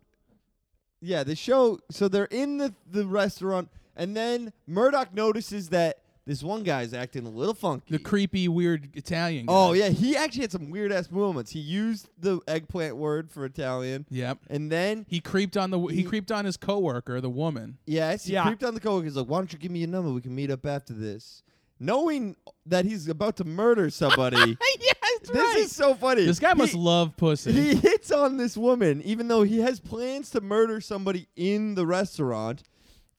C: yeah, the show. So they're in the, the restaurant, and then Murdoch notices that this one guy's acting a little funky.
B: The creepy, weird Italian. Guy.
C: oh, yeah. He actually had some weird ass moments. He used the eggplant word for Italian,
B: Yep.
C: and then,
B: He creeped on the he
C: He-
B: creeped on his coworker, the woman.
C: yes, he
A: Yeah.
C: creeped on the coworker. He's like, why don't you give me your number? We can meet up after this. Knowing that he's about to murder somebody.
B: yeah, that's
C: this is so funny.
B: This guy
C: He-
B: must love pussy.
C: He hits on this woman, even though he has plans to murder somebody in the restaurant.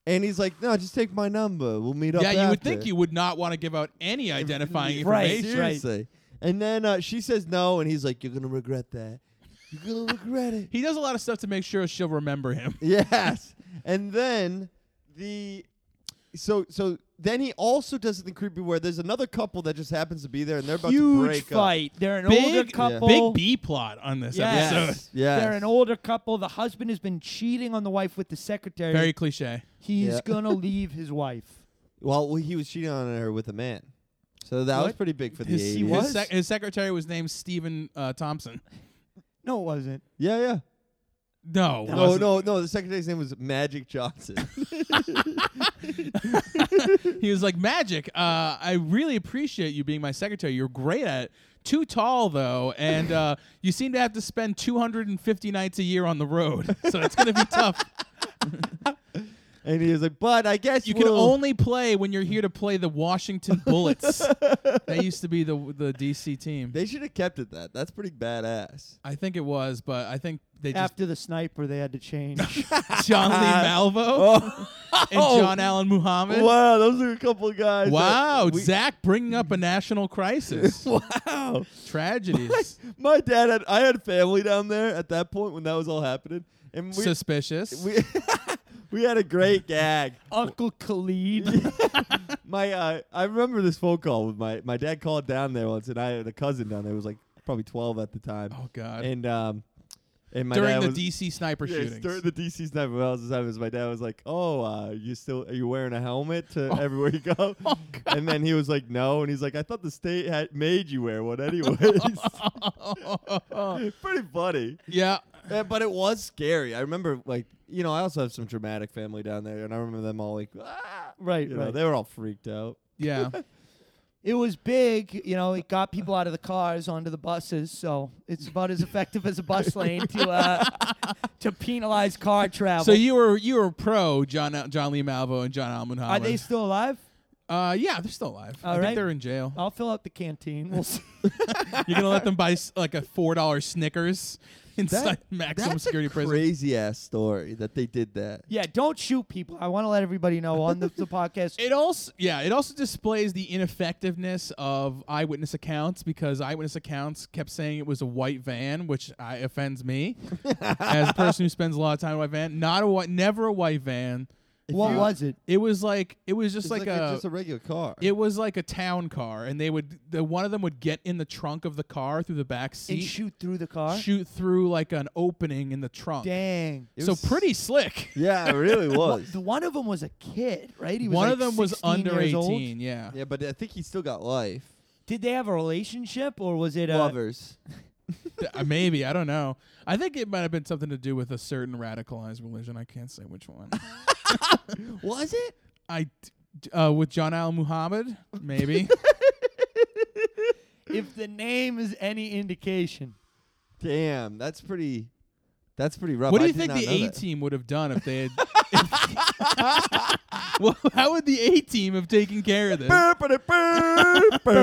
C: And he's like, no, just take my number. We'll meet up.
B: yeah, you would
C: after."
B: think you would not want to give out any identifying
A: Right,
B: information.
A: right.
C: Seriously. And then uh, she says no, and he's like, you're going to regret that. You're going to regret it.
B: He does a lot of stuff to make sure she'll remember him.
C: yes. And then the. So, so then he also does something creepy where there's another couple that just happens to be there and they're about to
A: Huge
C: break
A: fight. They're an older
B: Big,
A: couple.
B: big B plot on this
A: Yes.
B: episode.
C: Yes. Yes.
A: They're an older couple. The husband has been cheating on the wife with the secretary.
B: Very cliche.
A: He's
C: Yeah.
A: gonna leave his wife.
C: up. Well, he was cheating on her with a man. So that was
A: What?
C: pretty big for the
B: His,
C: 80s.
A: he was?
B: his, sec- his secretary was named Stephen uh, Thompson.
A: No, it wasn't.
C: Yeah, yeah.
B: No,
C: No,
B: wasn't.
C: no, no. The secretary's name was Magic Johnson.
B: He was like, Magic, uh, I really appreciate you being my secretary. You're great at it. Too tall, though, and uh, you seem to have to spend 250 nights a year on the road. So it's going to be tough.
C: and he was like, but I guess
B: You can
C: we'll-
B: only play when you're here to play the Washington Bullets. that used to be the, the DC team.
C: They should have kept it that. That's pretty badass.
B: I think it was, but I think they just.
A: After the sniper, they had to change.
B: John Lee Malvo
C: Oh.
B: and John Allen Muhammad.
C: Wow, those are a couple of guys. that
B: Wow,
C: we-
B: Zach bringing up a national crisis.
C: Wow.
B: Tragedies.
C: My dad had I had family down there at that point when that was all happening, and we
B: Suspicious.
C: we, we had a great gag.
A: Uncle Khalid.
C: My uh, I remember this phone call with my my dad called down there once, and I had a cousin down there was like probably twelve at the time,
B: oh, God.
C: and um, and my
B: during
C: dad
B: the
C: was,
B: DC sniper
C: Yeah, it's
B: shootings.
C: during the DC sniper miles time is my dad was like, "Oh, uh, you still are you wearing a helmet to
B: Oh.
C: everywhere you go?" and then he was like, "No," and he's like, "I thought the state had made you wear one anyways." Pretty funny,
B: yeah.
C: Uh, but it was scary. I remember, like, you know, I also have some dramatic family down there, and I remember them all like, ah!
A: right,
C: you know,
A: right.
C: they were all freaked out.
B: Yeah.
A: It was big, you know. It got people out of the cars onto the buses, so it's about as effective as a bus lane to uh, to penalize car travel.
B: so you were you were pro John Al- John Lee Malvo and John Allen
A: are they
B: Muhammad.
A: still alive?
B: uh, yeah, they're still alive. I
A: All
B: think
A: right.
B: they're in jail.
A: I'll fill out the canteen. We'll see.
B: You're gonna let them buy s- like a four dollar Snickers inside maximum
C: that's
B: security
C: a
B: prison.
C: crazy ass story that they did that.
A: yeah, don't shoot people. I want to let everybody know on the, the podcast.
B: It also yeah, it also displays the ineffectiveness of eyewitness accounts because eyewitness accounts kept saying it was a white van, which I, offends me as a person who spends a lot of time in a white van. Not a white, never a white van.
A: what
C: you-
A: was it?
B: It was like it was just
C: It's
B: like, a,
C: just a regular car.
B: It was like a town car, and they would the one of them would get in the trunk of the car through the back
A: And
B: seat,
A: shoot through the car?
B: shoot through like an opening in the trunk.
A: Dang.
C: It
B: So
C: was-
B: pretty slick.
C: Yeah, it really
A: Well,
C: was.
A: the one of them was a kid, right? He was
B: One
A: like
B: of them was
A: 16
B: under
A: years
B: eighteen.
A: old.
B: Yeah.
C: yeah, but I think he still got life.
A: Did they have a relationship or was it uh, a
C: Lovers.
B: Th- uh, maybe I don't know. I think it might have been something to do with a certain radicalized religion. I can't say which one.
C: Was it?
B: I d- uh, with John Al Muhammad, maybe.
A: if the name is any indication?
C: Damn, that's pretty. That's pretty rough.
B: what do
C: I
B: you
C: did
B: think
C: not
B: the
C: know
B: A
C: that.
B: team would have done if they had? well, how would the A team have taken care of this?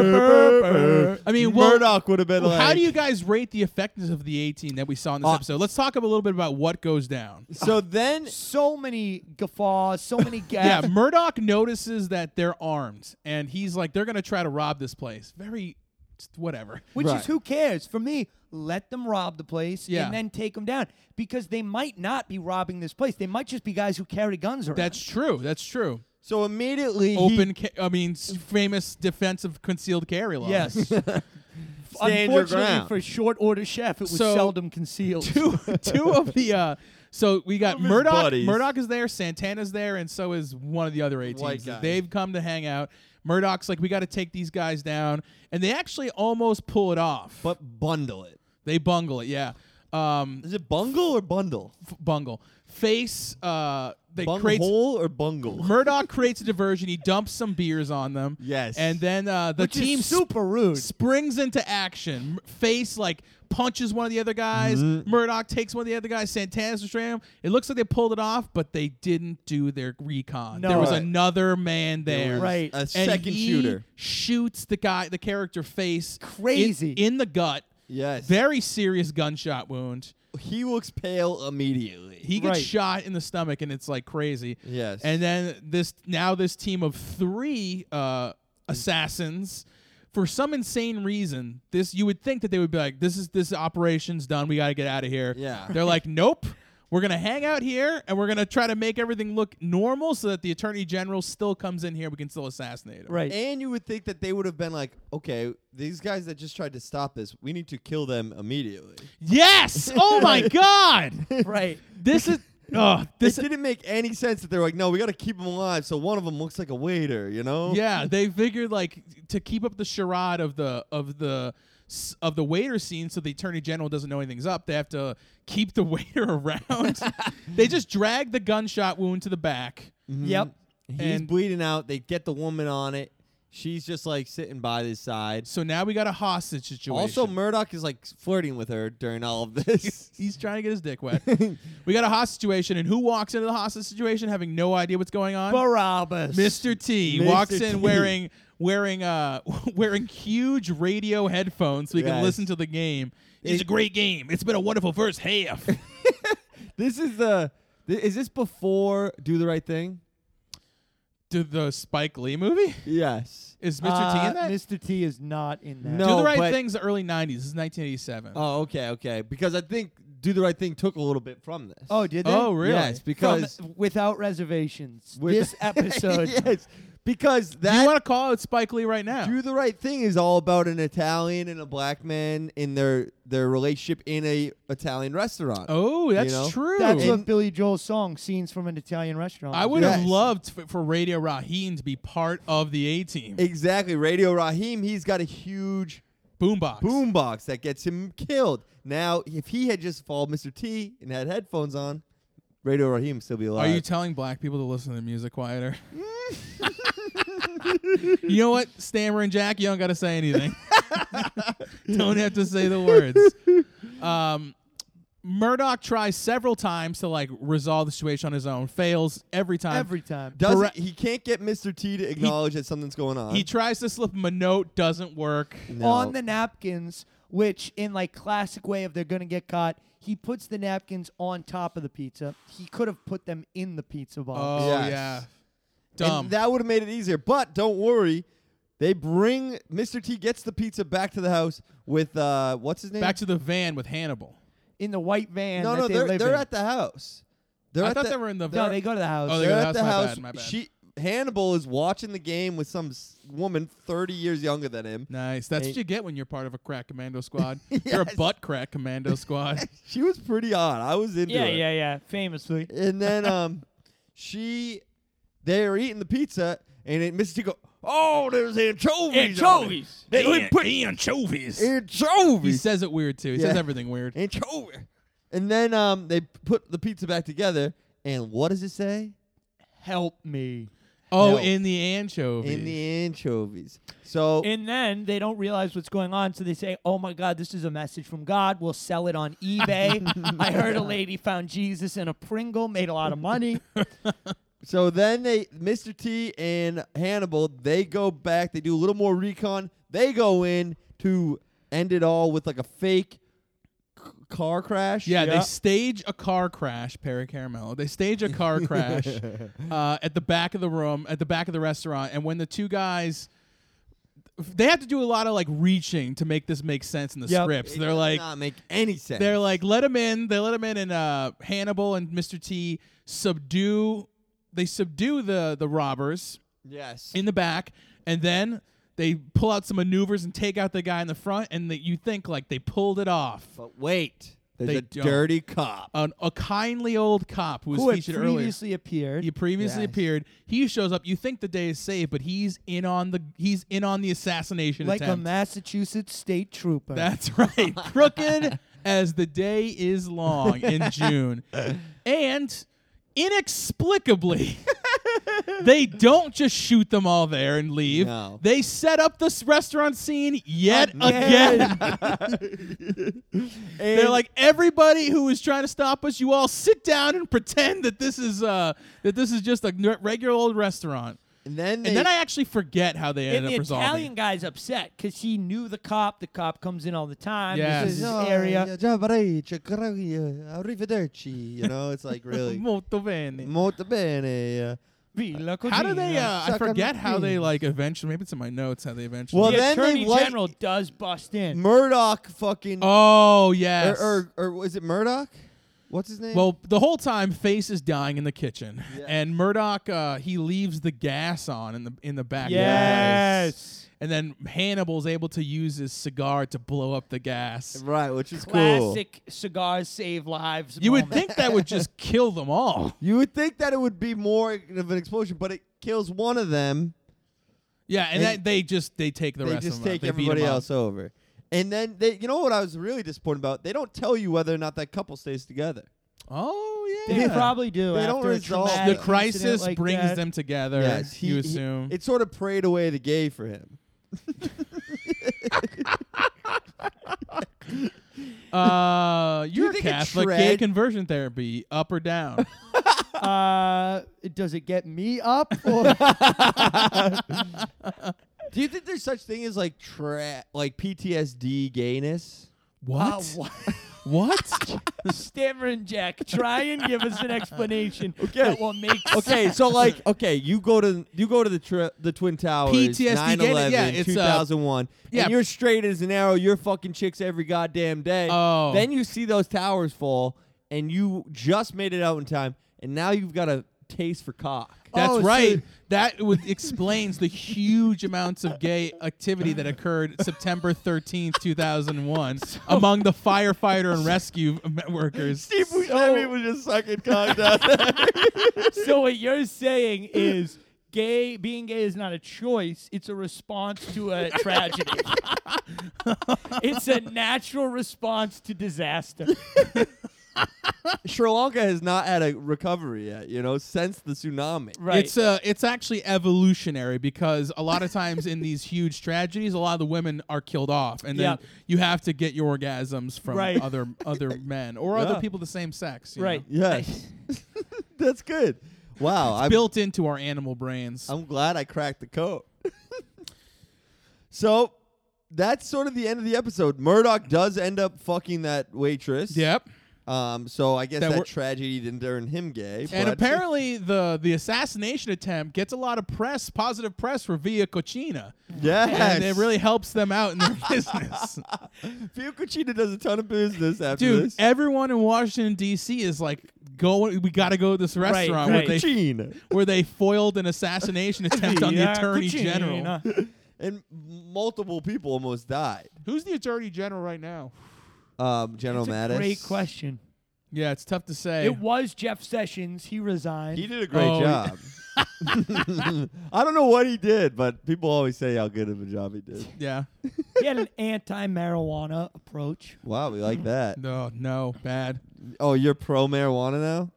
B: I mean, well-
C: Murdoch would have been
B: Well,
C: like.
B: how do you guys rate the effectiveness of the 18 that we saw in this
C: Uh,
B: episode? Let's talk a little bit about what goes down.
C: So then,
A: So many guffaws, so many
B: Yeah,
A: gags.
B: Murdoch notices that they're armed, and he's like, "They're gonna try to rob this place." Very, just whatever.
A: Which
C: Right.
A: is who cares? For me, let them rob the place
B: Yeah.
A: and then take them down because they might not be robbing this place. They might just be guys who carry guns around.
B: That's true. That's true.
C: so immediately, he,
B: Open. Ca- I mean, s- famous defensive concealed carry law.
A: yes.
C: Stand your
A: Unfortunately,
C: ground.
A: for short order chef, it was
B: So-
A: seldom concealed.
B: Two, two of the. Uh, so we got
C: Two of his
B: Murdoch.
C: buddies.
B: Murdoch is there. Santana's there, and so is one of the other 18s.
C: White guy.
B: They've come to hang out. Murdoch's like, "We got to take these guys down," and they actually almost pull it off.
C: but bundle it.
B: They bungle it, yeah. Um,
C: Is it bungle or bundle?
B: f- bungle. Face. Uh, they create.
C: Bunghole or bungle?
B: Murdoch creates a diversion. He dumps some beers on them.
C: Yes.
B: And then uh, the
A: Which is
B: team sp-
A: super rude.
B: springs into action. M- Face like punches one of the other guys. Murdoch takes one of the other guys. Santana's destroying him. It looks like they pulled it off, but they didn't do their recon.
A: No.
B: There was
C: Right.
B: another man there.
A: Right.
C: A
A: And
B: And
C: second
B: he
C: shooter.
B: shoots the guy, the character face, in-
A: Crazy.
B: in the gut.
C: Yes.
B: Very serious gunshot wound.
C: he looks pale immediately.
B: He gets
A: Right.
B: shot in the stomach, and it's like crazy.
C: Yes.
B: And then this now this team of three uh, assassins, for some insane reason, this you would think that they would be like, this is this operation's done. We got to get out of here.
C: Yeah.
B: They're like, nope. We're gonna hang out here, and we're gonna try to make everything look normal so that the attorney general still comes in here. We can still assassinate him.
A: Right.
C: And you would think that they would have been like, okay, these guys that just tried to stop this, we need to kill them immediately.
B: Yes. Oh my God.
D: right.
B: This is. Oh, this.
C: it didn't make any sense that they're like, no, we got to keep them alive. So one of them looks like a waiter, you know?
B: Yeah, they figured like to keep up the charade of the of the s- of the waiter scene, so the attorney general doesn't know anything's up. They have to uh, keep the waiter around. they just drag the gunshot wound to the back.
D: Yep.
C: He's
B: And-
C: bleeding out. They get the woman on it. She's just like sitting by his side.
B: So now we got a hostage situation.
C: Also, Murdoch is like flirting with her during all of this.
B: He's trying to get his dick wet. we got a hostage situation, and who walks into the hostage situation having no idea what's going on?
D: Barabbas.
B: Mr. T
C: Mr.
B: walks in
C: T.
B: wearing wearing uh wearing huge radio headphones so he can
C: Yes.
B: listen to the game. It's
C: It-
B: a great game. It's been a wonderful first half.
C: this is the. thi- is this before Do the Right Thing?
B: to the Spike Lee movie?
C: Yes.
B: Is Mr. T
D: Uh,
B: in that?
D: Mr. T is not in that.
C: No.
B: Do the right
C: but-
B: thing's the early '90s. This is 1987.
C: Oh, okay, okay. Because I think Do the Right Thing took a little bit from this.
D: Oh, did they?
B: Oh, really?
C: Yes,
D: From
C: because
D: without reservations.
C: With-
D: this episode.
C: yes, because
B: Do you
C: that
B: want to call out Spike Lee right now?
C: Do the Right Thing is all about an Italian and a black man in their their relationship in a Italian restaurant.
B: oh, that's
C: You know?
B: true.
D: That's
C: And-
D: what Billy Joel's song, Scenes from an Italian Restaurant.
B: I would have
C: Yes.
B: loved f- for Radio Raheem to be part of the A team.
C: Exactly. Radio Raheem, he's got a huge
B: Boombox.
C: boombox that gets him killed. Now, if he had just followed Mr. T and had headphones on, Radio Raheem would still be
B: Are
C: alive.
B: you telling black people to listen to the music quieter? you know what, Stammer and Jack, you don't got to say anything. don't have to say the words. Um, Murdoch tries several times to like resolve the situation on his own, fails every time.
D: every time.
C: Does
B: Barra-
C: he can't get Mr. T to acknowledge that something's going on.
B: he tries to slip him a note, doesn't work.
C: No.
D: On the napkins, which in like classic way of they're gonna get caught, he puts the napkins on top of the pizza. He could have put them in the pizza box.
B: Oh
C: Yes.
B: yeah, dumb.
C: And that would have made it easier. But don't worry. They bring Mr. T gets the pizza back to the house with uh what's his name?
B: Back to the van with Hannibal.
D: in the white van.
C: no,
D: that
C: no,
D: they
C: they're
D: live
C: they're
D: in.
C: at the house. They're
B: I
C: at
B: thought
C: the,
B: they were in the.
D: No, they go to the house.
B: Oh, they
C: they're
B: go to
C: at the
B: the
C: house.
B: house. My bad, my bad.
C: She Hannibal is watching the game with some s- woman 30 years younger than him.
B: nice. That's what you get when you're part of a crack commando squad. You're a
C: Yes.
B: butt crack commando squad.
C: She was pretty odd. I was into
D: yeah,
C: it.
D: yeah, yeah. Famously.
C: And then um, she, they are eating the pizza, and it, Mr. T go, oh, there's anchovies. Anchovies. They would put
B: anchovies. He
C: anchovies.
B: says it weird too. He
C: Yeah.
B: says everything weird.
C: Anchovy. And then um, they put the pizza back together, and what does it say?
D: Help me.
B: Oh,
C: No.
B: in the anchovy.
C: In the anchovies. So
D: And then they don't realize what's going on, so they say, "Oh my God, this is a message from God. We'll sell it on eBay." I heard a lady found Jesus in a Pringle, made a lot of money.
C: So then they, Mr. T and Hannibal, they go back. They do a little more recon. They go in to end it all with like a fake c- car crash.
B: yeah, they stage a car crash, Perry Caramello. They stage a car crash uh, at the back of the room, at the back of the restaurant. And when the two guys, they have to do a lot of like reaching to make this make sense in the
D: Yep.
B: scripts.
C: It
B: They're
C: does
B: like,
C: not make any sense.
B: they're like, let him in. They let him in, and uh, Hannibal and Mr. T subdue. They subdue the the robbers.
C: yes,
B: in the back, and then they pull out some maneuvers and take out the guy in the front, and that you think like they pulled it off.
C: but wait, there's
B: They
C: a
B: don't.
C: dirty cop.
B: An, a kindly old cop who was
D: Who had
B: featured earlier.
D: previously appeared?
B: He previously
C: Yes.
B: appeared. He shows up. You think the day is saved, but he's in on the he's in on the assassination
D: like a
B: attempt.
D: Massachusetts state trooper.
B: That's right, crooked as the day is long in June, and inexplicably. they don't just shoot them all there and leave.
C: No.
B: They set up this restaurant scene yet
D: Again.
B: again. They're like everybody who is trying to stop us. You all sit down and pretend that this is uh that this is just a n- regular old restaurant.
C: And then they,
B: And then I actually forget how they ended
D: and the
B: up resolving.
D: Italian guy's upset because he knew the cop. The cop comes in all the time.
B: Yes.
D: This is his
C: "Oh,
D: area.
C: Arrivederci. You know, it's like really
B: Molto bene.
C: molto bene.
D: Villa
B: How do
D: Cugina.
B: they? Uh, I
C: Suck on
B: forget
C: the
B: how they
C: peas.
B: like eventually. Maybe it's in my notes how they eventually.
C: Well,
D: the
C: then they
D: attorney
C: like-
D: general does bust in.
C: Murdoch fucking
B: oh yes.
C: er, Or, or, or was it Murdoch? What's his name?
B: Well, the whole time, Face is dying in the kitchen,
C: Yes.
B: and Murdoch uh, he leaves the gas on in the in the back.
A: Yes.
B: and then Hannibal's able to use his cigar to blow up the gas.
C: right, which is cool.
A: Classic cigars save lives.
B: You would
A: moment.
B: think that would just kill them all.
C: You would think that it would be more of an explosion, but it kills one of them.
B: Yeah, and,
C: And
B: that they just they take the
C: they
B: rest
C: just
B: of them. out.
C: take
B: They beat
C: everybody
B: them up.
C: else over. And then they, you know what I was really disappointed about? They don't tell you whether or not that couple stays together.
B: Oh
A: They
B: yeah.
A: probably do.
C: They
A: after
C: don't
A: a
C: resolve it.
B: the
A: traumatic incident
B: crisis
A: like
B: brings
A: that.
B: them together. you
C: he-
B: assume.
C: it sort of prayed away the gay for him.
B: uh,
C: you
B: you're
C: think a
B: Catholic. Gay
C: tread-
B: conversion therapy, up or down?
A: Uh, does it get me up? Or
C: Do you think there's such thing as like tra- like PTSD gayness?
A: Uh,
B: what?
A: what? Oh,
B: what?
A: Stammering Jack, try and give us an explanation okay. that will make
C: Okay, so like, okay, you go to you go to the tri- the twin towers,
B: PTSD gayness,
C: 9/11,
B: yeah, it's, uh,
C: 2001,
B: yeah.
C: and you're straight as an arrow. You're fucking chicks every goddamn day.
B: Oh.
C: then you see those towers fall, and you just made it out in time, and now you've got a taste for cock.
B: That's
A: Oh, so-
B: right. that would explains the huge amounts of gay activity that occurred September 13th, 2001, among the firefighter and rescue workers.
C: Steve
A: Buscemi
C: was just sucking cock
A: So what you're saying is gay being gay is not a choice, it's a response to a tragedy. it's a natural response to disaster.
C: Sri Lanka has not had a recovery yet, you know, since the tsunami.
A: Right.
B: It's uh, it's actually evolutionary because a lot of times in these huge tragedies, a lot of the women are killed off, and then
A: Yeah.
B: you have to get your orgasms from
A: Right.
B: other other men or
C: Yeah.
B: other people the same sex. you
A: right.
B: know?
C: Yes. That's good. Wow. I'm,
B: built into our animal brains.
C: I'm glad I cracked the code. so that's sort of the end of the episode. Murdoch does end up fucking that waitress.
B: yep.
C: Um, so I guess
B: That
C: that,
B: wor-
C: tragedy didn't turn him gay.
B: And
C: but-
B: apparently the the assassination attempt gets a lot of press, positive press for Via Cochina.
C: Yes.
B: And it really helps them out in their business.
C: Fiucucina does a ton of business after
B: Dude,
C: this.
B: everyone in Washington D.C. is like going we got to go to this restaurant
A: right.
B: where they
C: Fiucucina.
B: where they foiled an assassination attempt on the
A: Yeah,
B: attorney
A: Cucina.
B: general.
C: And multiple people almost died.
B: Who's the attorney general right now?
C: Um, General
A: It's a
C: Mattis.
A: great question.
B: Yeah, it's tough to say.
A: It was Jeff Sessions. He resigned.
C: He did a great
B: Oh, yeah.
C: job. I don't know what he did, but people always say how good of a job he did.
B: yeah.
A: he had an anti-marijuana approach.
C: Wow, we like that.
B: No, no, bad.
C: Oh, you're pro marijuana now?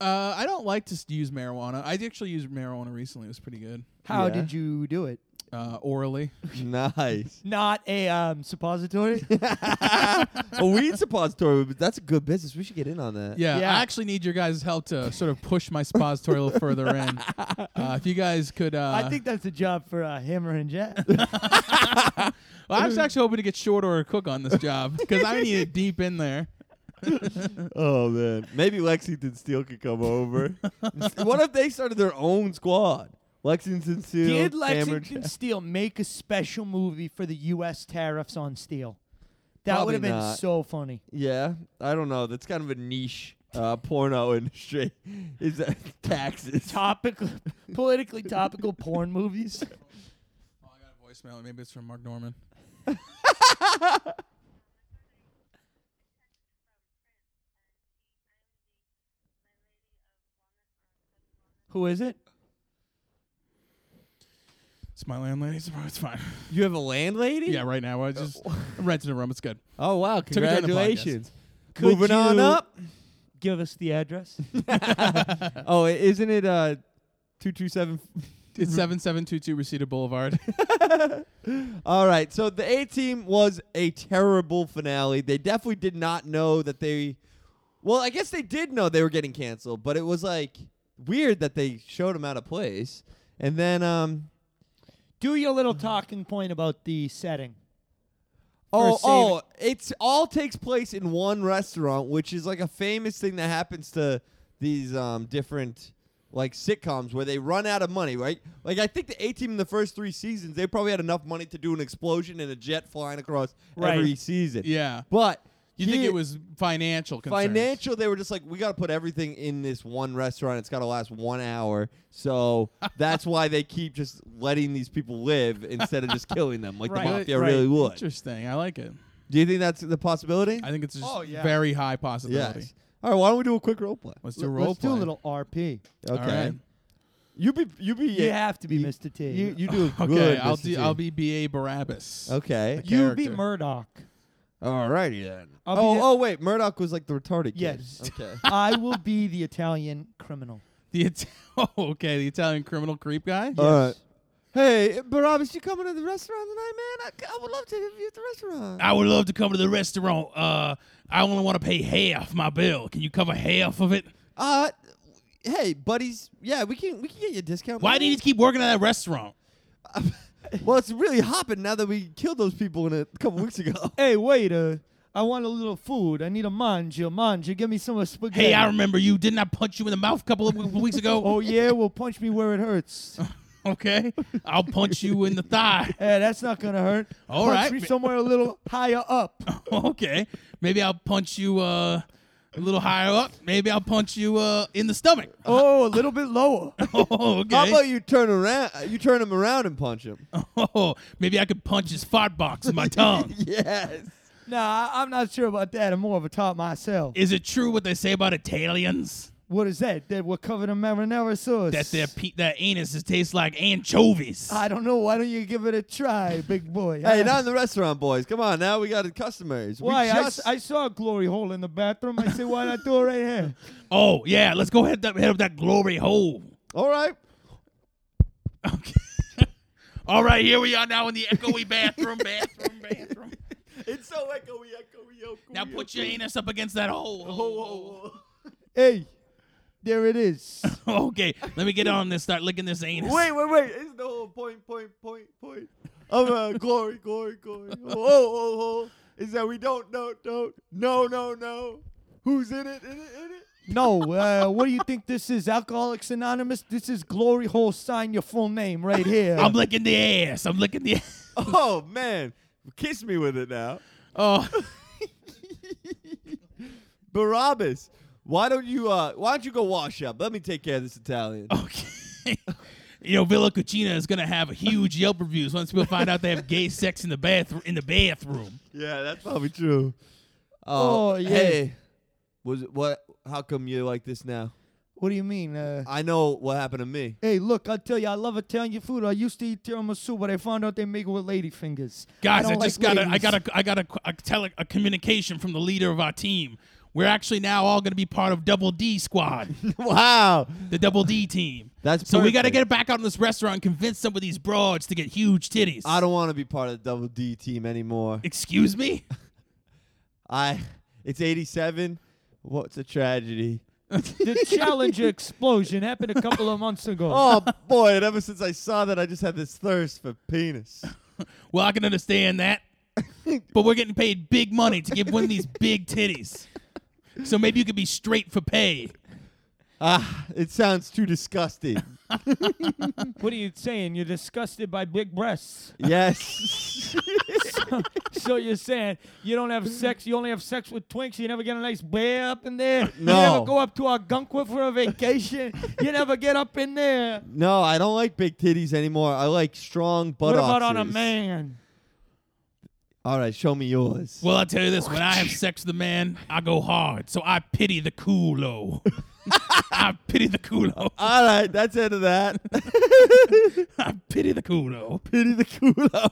B: Uh, I don't like to s- use marijuana. I actually used marijuana recently. It was pretty good.
A: How
C: Yeah.
A: did you do it?
B: Uh, orally.
C: Nice.
A: Not a um, suppository.
C: a weed suppository. would be- That's a good business. We should get in on that.
B: Yeah,
A: Yeah.
B: I actually need your guys' help to sort of push my suppository a little further in. Uh, if you guys could, uh,
A: I think that's a job for uh, Hammer and Jack.
B: well, I was actually hoping to get short or cook on this job because I need it deep in there.
C: Oh man. Maybe Lexington Steel could come over. what if they started their own squad? Lexington Steel.
A: Did
C: Cameron
A: Lexington
C: Jack-
A: Steel make a special movie for the U.S. tariffs on steel? That
C: Probably
A: would have been
C: not.
A: so funny.
C: Yeah. I don't know. That's kind of a niche uh, porno industry. Is that taxes?
A: Topical, politically topical porn movies.
B: Oh, I got a voicemail. Maybe it's from Mark Norman.
A: Who is it?
B: It's my landlady. so It's fine. Oh.
C: You have a landlady?
B: Yeah, right now I just I'm renting a room. It's good.
C: Oh wow!
B: it during the
C: Congratulations.
A: Could
C: Moving on
A: you-
C: up.
A: Give us the address.
C: Oh, i- isn't it uh, two two seven?
B: It's seven seven two two Reseda Boulevard.
C: All right. So the A team was a terrible finale. They definitely did not know that they. Well, I guess they did know they were getting canceled, but it was like weird that they showed them out of place. And then, um,
A: Do your little talking point about the setting.
C: oh,
A: For saving-
C: oh, it's all takes place in one restaurant, which is like a famous thing that happens to these um different like sitcoms where they run out of money, right? Like I think the A team in the first three seasons, they probably had enough money to do an explosion and a jet flying across
A: Right.
C: every season.
B: yeah.
C: But
D: You think
C: Here-
D: it was financial concerns?
C: Financial, they were just like, we got to put everything in this one restaurant. It's got to last one hour. So that's why they keep just letting these people live instead of just killing them like
D: Right.
C: the mafia
D: Right.
C: really would.
D: Interesting. I like it.
C: Do you think that's the possibility?
D: I think it's just
A: Oh, yeah.
D: very high possibility.
C: Yes. All right, why don't we do a quick role play?
D: Let's do
A: L-
D: role
A: Let's
D: play.
A: do a little RP.
C: Okay.
D: All right.
C: You be you be
A: You have to be Mr. T.
C: You you do
D: Okay,
C: good.
D: I'll
C: Mr.
D: do,
C: T.
D: I'll be B.A. Barabbas.
C: Okay.
D: Okay.
A: you be
D: character.
A: Murdoch.
C: Alrighty then.
A: I'll be
C: oh
A: the-
C: oh wait, Murdoch was like the retarded kid.
A: Yes.
C: Okay.
A: I will be the Italian criminal.
D: The It- oh, okay, the Italian criminal creep guy.
A: Yes.
C: All right. Hey, Barabbas, you coming to the restaurant tonight, man? I, I would love to have you at the restaurant.
D: I would love to come to the restaurant. Uh, I only want to pay half my bill. Can you cover half of it?
C: Uh, hey, buddies. Yeah, we can we can get you a discount.
D: Why do you
C: buddy.
D: just keep working at that restaurant?
C: Well, it's really hopping now that we killed those people in a couple weeks ago.
A: Hey, waiter. I want a little food. I need a manja. Manja, give me some of spaghetti.
D: Hey, I remember you. Didn't I punch you in the mouth a couple of w- weeks ago?
A: Oh, yeah? Well, punch me where it hurts.
B: Oh.
D: Okay, I'll punch you in the thigh.
A: hey, that's not going to hurt.
D: All
A: punch
D: right.
A: me somewhere a little higher up.
D: Okay, maybe I'll punch you uh, a little higher up. Maybe I'll punch you uh, in the stomach.
A: Oh, a little bit lower.
D: Oh,
C: How
D: okay.
C: about you turn around? uh, You turn him around and punch him.
D: Oh, maybe I could punch his fart box in my tongue.
C: yes.
A: Nah, I- I'm not sure about that. I'm more of a top myself.
D: Is it true what they say about Italians?
A: what is that? That we're covered in marinara sauce.
D: That their pe- that anuses taste like anchovies.
A: I don't know. Why don't you give it a try, big boy?
C: Hey,
A: huh?
C: not in the restaurant, boys. Come on, now we got the customers.
A: Why?
C: We
A: I
C: just
A: s- I, saw a glory hole in the bathroom. I said, why not do it right here?
D: oh yeah, let's go ahead head up that glory hole.
C: all right.
D: Okay. All right, here we are now in the echoey bathroom, bathroom, bathroom.
C: It's so echoey, echoey, echoey.
D: Now put your Oh. anus up against that hole.
A: Hey, there it is.
D: Okay, let me get on this. Start licking this anus.
C: Wait, wait, wait. It's the whole point, point, point, point of uh, glory, glory, glory. Oh, oh, oh. Is that we don't, know, don't, no, no, no. Who's in it, in it, in it?
A: No, uh, what do you think this is? Alcoholics Anonymous? This is Glory Hole. Sign your full name right here.
D: I'm licking the ass. I'm licking the. Ass.
C: Oh, man. Kiss me with it now.
D: Oh,
C: Barabbas, why don't you, uh, why don't you go wash up? Let me take care of this Italian.
D: okay. You know, Villa Cucina is gonna have a huge Yelp reviews once people find out they have gay sex in the bathroom. In the bathroom.
C: Yeah, that's probably true.
A: Oh, yeah.
C: Hey, was it, what? How come you like this now?
A: what do you mean? Uh,
C: I know what happened to me.
A: hey, look, I'll tell you, I love Italian food. I used to eat tiramisu, but I found out they make it with lady fingers.
D: Guys,
A: I,
D: I,
A: don't
D: just
A: like
D: got a, I
A: ladies.
D: got a, I got a, a tele, a communication from the leader of our team. We're actually now all going to be part of Double D Squad,
C: wow.
D: the Double D team.
C: That's
D: so we got to
C: perfect.
D: get back out in this restaurant and convince some of these broads to get huge titties.
C: I don't want to be part of the double D team anymore.
D: Excuse me.
C: I it's 87. What's a tragedy?
A: The Challenger explosion happened a couple of months ago.
C: Oh boy, and ever since I saw that I just had this thirst for penis.
D: Well, I can understand that, but we're getting paid big money to give one of these big titties. So maybe you could be straight for pay.
C: Ah, it sounds too disgusting.
A: What are you saying? You're disgusted by big breasts.
C: yes.
A: so you're saying you don't have sex, you only have sex with twinks, you never get a nice bear up in there. You
C: No.
A: never go up to Algonquin for a vacation. you never get up in there.
C: no, I don't like big titties anymore. I like strong butt
A: what about on a
C: oxes.
A: man?
C: All right, show me yours.
D: Well, I'll tell you this: when I have sex with a man, I go hard. So I pity the culo. I pity the culo.
C: All right, that's the end of that.
D: I pity the culo.
C: pity the culo.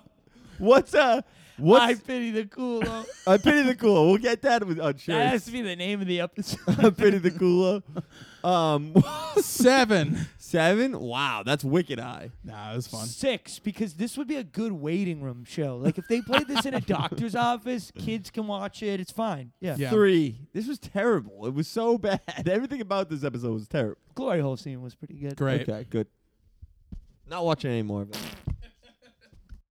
C: What's uh what's
A: I pity the culo.
C: I pity the culo. We'll get that with on
A: that has
C: shirts.
A: to be the name of the episode.
C: I pity the culo. Um
D: Seven.
C: Seven? Wow, that's wicked high.
D: Nah, it was fun.
A: Six, because this would be a good waiting room show. Like if they played this in a doctor's office, kids can watch it. It's fine. Yeah.
D: Yeah.
C: Three. This was terrible. It was so bad. Everything about this episode was terrible.
A: Glory hole scene was pretty good.
D: Great.
C: Okay, good. Not watching any more of it.